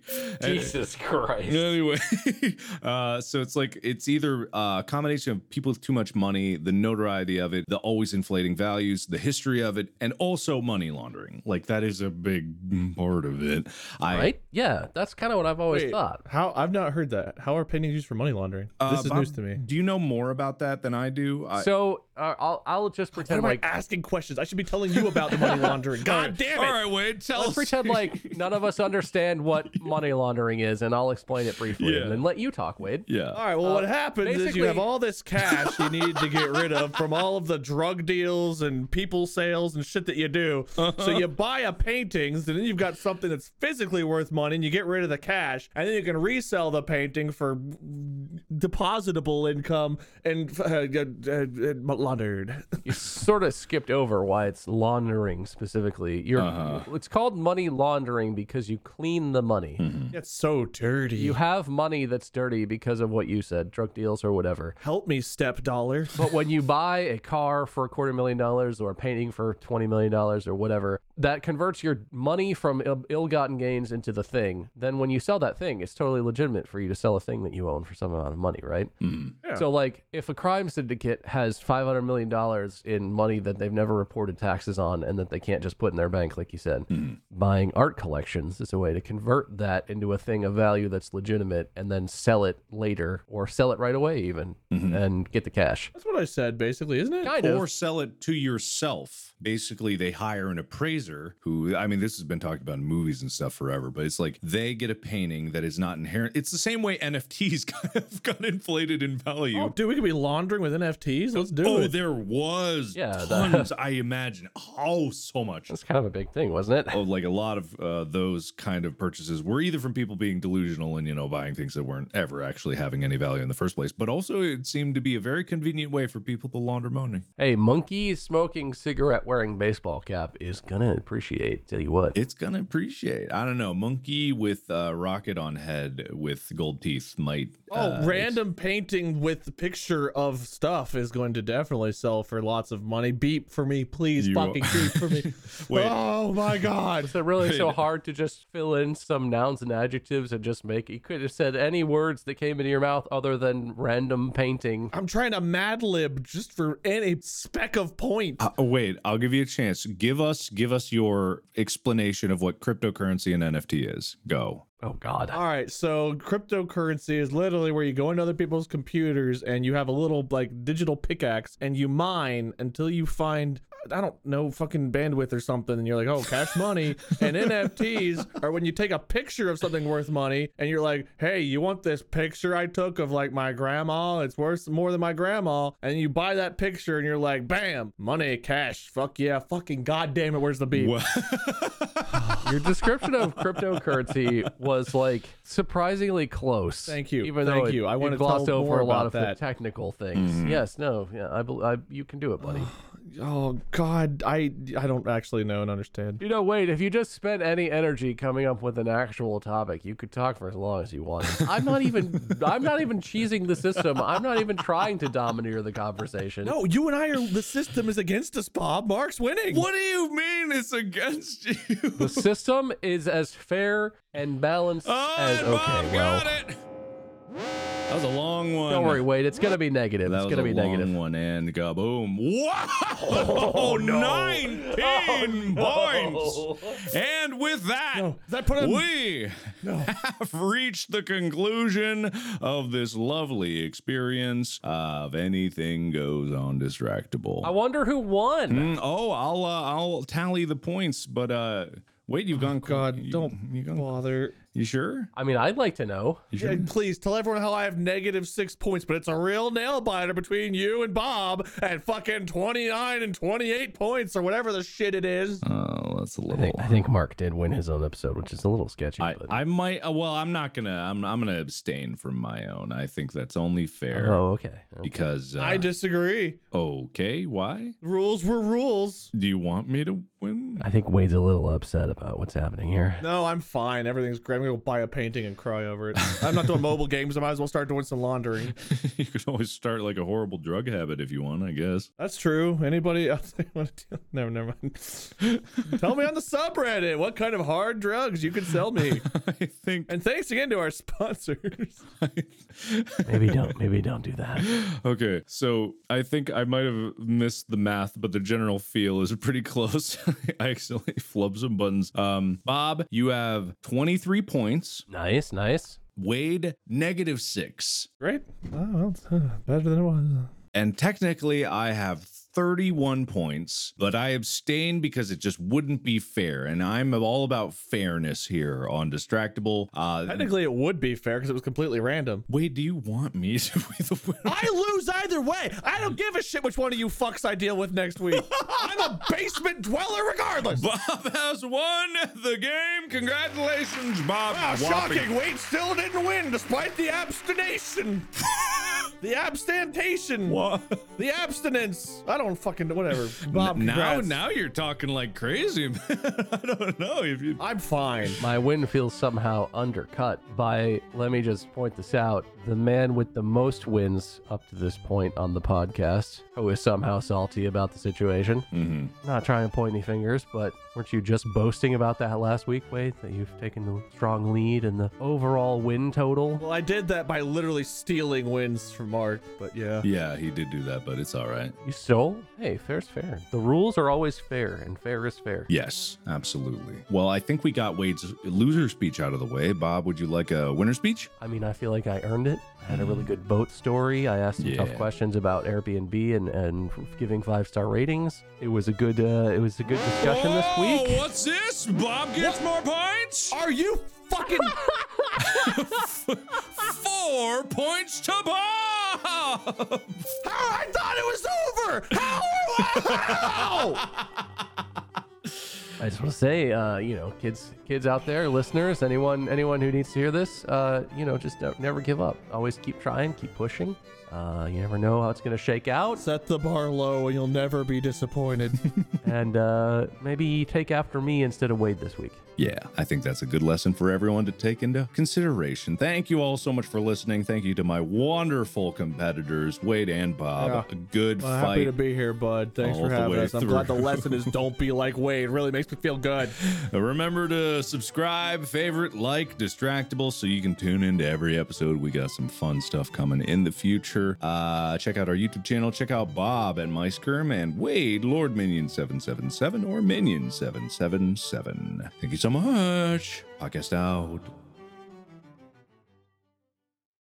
Speaker 5: Uh,
Speaker 2: And-
Speaker 4: Christ.
Speaker 2: Anyway, uh, so it's like it's either uh, a combination of people with too much money, the notoriety of it, the always inflating values, the history of it, and also money laundering. Like that is a big part of it. I,
Speaker 4: Right? Yeah, that's kind of what I've always
Speaker 5: Wait,
Speaker 4: thought.
Speaker 5: How I've not heard that. How are paintings used for money laundering?
Speaker 2: Uh,
Speaker 5: this is
Speaker 2: Bob,
Speaker 5: news to me.
Speaker 2: Do you know more about that than I do? I,
Speaker 4: So uh, I'll I'll just
Speaker 5: Why
Speaker 4: pretend
Speaker 5: am I
Speaker 4: like
Speaker 5: asking questions? I should be telling you about the money laundering. God damn it!
Speaker 2: All right, Wade, tell
Speaker 4: Let's
Speaker 2: us.
Speaker 4: pretend like none of us understand what money laundering is, and I'll explain it briefly,
Speaker 2: Yeah.
Speaker 4: and then let you talk, Wade.
Speaker 2: yeah.
Speaker 5: All right. Well, what happens is you
Speaker 4: Uh, basically-
Speaker 5: have all this cash you need to get rid of from all of the drug deals and people sales and shit that you do.
Speaker 4: Uh-huh.
Speaker 5: So you buy a paintings, and then you've got something that's physically worth money, and you get rid of the cash, and then you can resell the painting for depositable income and uh, uh, uh, laundered.
Speaker 4: You sort of skipped over why it's laundering specifically. You're,
Speaker 2: Uh-huh.
Speaker 4: It's called money laundering because you clean the money.
Speaker 2: Mm-hmm.
Speaker 5: That's so dirty.
Speaker 4: Mm. You have money that's dirty because of what you said, drug deals or whatever.
Speaker 5: help me, step dollar.
Speaker 4: But when you buy a car for a quarter million dollars or a painting for $20 million or whatever, that converts your money from Ill- ill-gotten gains into the thing. Then when you sell that thing, it's totally legitimate for you to sell a thing that you own for some amount of money, right? So like if a crime syndicate has 500 million dollars in money that they've never reported taxes on and that they can't just put in their bank like you said, buying art collections is a way to convert that into a thing of value that's legitimate and then sell it later or sell it right away even and get the cash.
Speaker 5: That's what I said, basically, isn't it?
Speaker 4: Kind
Speaker 2: or
Speaker 4: of.
Speaker 2: sell it to yourself. Basically, they hire an appraiser who, I mean, this has been talked about in movies and stuff forever, but it's like they get a painting that is not inherent. It's the same way NFTs kind of got inflated in value.
Speaker 5: Oh,
Speaker 2: Oh,
Speaker 5: dude, we could be laundering with NFTs. Let's
Speaker 4: Oh,
Speaker 5: do it.
Speaker 2: there was
Speaker 4: Yeah, the-
Speaker 2: tons, I imagine. Oh, so much.
Speaker 4: That's kind of a big thing, wasn't it?
Speaker 2: Oh, like a lot of uh, those kind of purchases were either from people being delusional and you know buying things that weren't ever actually having any value in the first place, but also it seemed to be a very convenient way for people to launder money.
Speaker 4: Hey, monkey smoking cigarette wearing baseball cap is gonna appreciate. Tell you what.
Speaker 2: It's gonna appreciate. I don't know. Monkey with uh, rocket on head with gold teeth might.
Speaker 5: Oh,
Speaker 2: uh,
Speaker 5: random painting with the picture of stuff is going to definitely sell for lots of money. Beep for me, please.
Speaker 2: You-
Speaker 5: Fucking beep for me.
Speaker 2: Wait.
Speaker 5: Oh my god.
Speaker 4: Is it really so hard to just fill in some nouns and adjectives and just make? You could have said any words that came into your mouth other than random painting.
Speaker 5: I'm trying to mad lib just for any speck of point.
Speaker 2: Uh, wait, I'll give you a chance. Give us, give us your explanation of what cryptocurrency and NFT is. Go.
Speaker 4: Oh God.
Speaker 5: All right, so cryptocurrency is literally where you go into other people's computers and you have a little like digital pickaxe and you mine until you find I don't know fucking bandwidth or something and you're like, "Oh, cash money." and NFTs are when you take a picture of something worth money and you're like, "Hey, you want this picture I took of like my grandma? It's worth more than my grandma." And you buy that picture and you're like, "Bam, money, cash. Fuck yeah, fucking goddamn it, where's the beep?"
Speaker 2: What?
Speaker 4: Your description of cryptocurrency was like surprisingly close.
Speaker 5: Thank you.
Speaker 4: Even
Speaker 5: Thank
Speaker 4: though it,
Speaker 5: you. I
Speaker 4: it
Speaker 5: wanna
Speaker 4: glossed
Speaker 5: tell
Speaker 4: over
Speaker 5: more
Speaker 4: a lot
Speaker 5: about
Speaker 4: of
Speaker 5: that. Mm-hmm.
Speaker 4: the technical things. Yes. No. Yeah. I, bel I. You can do it, buddy.
Speaker 5: Oh god, I I don't actually know and understand.
Speaker 4: you know, wait. If you just spent any energy coming up with an actual topic, you could talk for as long as you want. I'm not even. I'm not even cheesing the system. I'm not even trying to domineer the conversation.
Speaker 5: No, you and I are. The system is against us, Bob. Mark's winning.
Speaker 2: do you mean it's against you?
Speaker 4: The system is as fair and balanced as
Speaker 2: and Bob
Speaker 4: okay. Well,
Speaker 2: Oh it. That was a long one.
Speaker 4: don't worry, Wade. It's gonna be negative.
Speaker 2: That
Speaker 4: it's
Speaker 2: was
Speaker 4: gonna
Speaker 2: a
Speaker 4: be
Speaker 2: long
Speaker 4: negative.
Speaker 2: one and kaboom. Wow! Oh, 19 points! And with that,
Speaker 5: No, that put him-
Speaker 2: we have reached the conclusion of this lovely experience of Anything Goes on Distractable.
Speaker 4: I wonder who won.
Speaker 2: Mm, oh, I'll uh, I'll tally the points, but uh, wait, you've gone.
Speaker 5: God,
Speaker 2: you,
Speaker 5: don't
Speaker 2: You, gone,
Speaker 5: bother.
Speaker 2: you sure?
Speaker 4: I mean, I'd like to know.
Speaker 2: You sure?
Speaker 5: please tell everyone how I have negative six points, but it's a real nail biter between you and Bob at fucking 29 and 28 points or whatever the shit it is.
Speaker 2: Oh, that's a
Speaker 4: I think,
Speaker 2: little.
Speaker 4: I think Mark did win his own episode, which is a little sketchy.
Speaker 2: I,
Speaker 4: but...
Speaker 2: I might uh, well I'm not gonna I'm I'm gonna abstain from my own. I think that's only fair
Speaker 4: oh, okay.
Speaker 2: because uh,
Speaker 5: I disagree.
Speaker 2: okay why
Speaker 5: Rules were rules.
Speaker 2: do you want me to win?
Speaker 4: I think Wade's a little upset about what's happening here.
Speaker 5: No, I'm fine. Everything's great. I'm gonna go buy a painting and cry over it. I'm not doing mobile games. I might as well start doing some laundering.
Speaker 2: you could always start like a horrible drug habit if you want. I guess.
Speaker 5: That's true. Anybody else they want to deal? Never, never mind. Tell me on the subreddit what kind of hard drugs you could sell me.
Speaker 2: I think.
Speaker 5: And thanks again to our sponsors.
Speaker 4: Maybe don't. Maybe don't do that.
Speaker 2: Okay, so I think I might have missed the math, but the general feel is pretty close. I accidentally flubbed some buttons. Um, Bob, you have 23 points.
Speaker 4: Nice, nice.
Speaker 2: Wade, negative six.
Speaker 5: Great. Oh, well, it's, uh, better than it was.
Speaker 2: And technically, I have 31 points, but I abstain because it just wouldn't be fair. And I'm all about fairness here on Distractable. Uh,
Speaker 5: Technically, it would be fair because it was completely random.
Speaker 2: Wade, do you want me to be the winner?
Speaker 5: I lose either way. I don't give a shit which one of you fucks I deal with next week. I'm a basement dweller regardless.
Speaker 2: Bob has won the game. Congratulations, Bob.
Speaker 5: Wow,
Speaker 2: Whopping.
Speaker 5: Ah, shocking. Wade still didn't win despite the abstination. the abstantation.
Speaker 2: Wha-
Speaker 5: The abstinence. I don't fucking whatever. Bob,
Speaker 2: Now,
Speaker 5: congrats.
Speaker 2: now you're talking like crazy. Man. I don't know if you.
Speaker 5: I'm fine.
Speaker 4: My win feels somehow undercut by. Let me just point this out: the man with the most wins up to this point on the podcast, who is somehow salty about the situation.
Speaker 2: Mhm.
Speaker 4: Not trying to point any fingers, but weren't you just boasting about that last week, Wade? That you've taken the strong lead in the overall win total.
Speaker 5: Well, I did that by literally stealing wins from Mark, but yeah.
Speaker 2: Yeah, he did do that, but it's all right.
Speaker 4: You stole? Well, hey, fair's fair. The rules are always fair, and fair is fair.
Speaker 2: Yes, absolutely. Well, I think we got Wade's loser speech out of the way. Bob, would you like a winner speech?
Speaker 4: I mean, I feel like I earned it. I had a really good boat story. I asked some tough
Speaker 2: Yeah.
Speaker 4: questions about Airbnb and, and giving five star ratings. It was a good uh, it was a good discussion this week.
Speaker 2: what's this? Bob gets more points?
Speaker 5: Are you fucking?
Speaker 2: Four points to Bob!
Speaker 5: How I thought it was over. How? How?
Speaker 4: I just want to say, uh, you know, kids kids out there, listeners, anyone anyone who needs to hear this, uh, you know, just don't, never give up. Always keep trying, keep pushing. Uh, you never know how it's gonna shake out.
Speaker 5: Set the bar low, and you'll never be disappointed.
Speaker 4: and uh, maybe take after me instead of Wade this week.
Speaker 2: Yeah, I think that's a good lesson for everyone to take into consideration. Thank you all so much for listening. Thank you to my wonderful competitors, Wade and Bob.
Speaker 5: Yeah.
Speaker 2: A good
Speaker 5: Well, happy
Speaker 2: fight.
Speaker 5: to be here, bud. Thanks
Speaker 2: All
Speaker 5: for
Speaker 2: the
Speaker 5: having
Speaker 2: way
Speaker 5: us. I'm glad the
Speaker 2: through.
Speaker 5: lesson is don't be like Wade. Really makes me feel good.
Speaker 2: Remember to subscribe, favorite, like, distractable, so you can tune into every episode. We got some fun stuff coming in the future. Uh, check out our YouTube channel. Check out Bob and my skirm and Wade, Lord Minion seven seven seven or Minion seven seven seven. Thank you so much. Podcast out.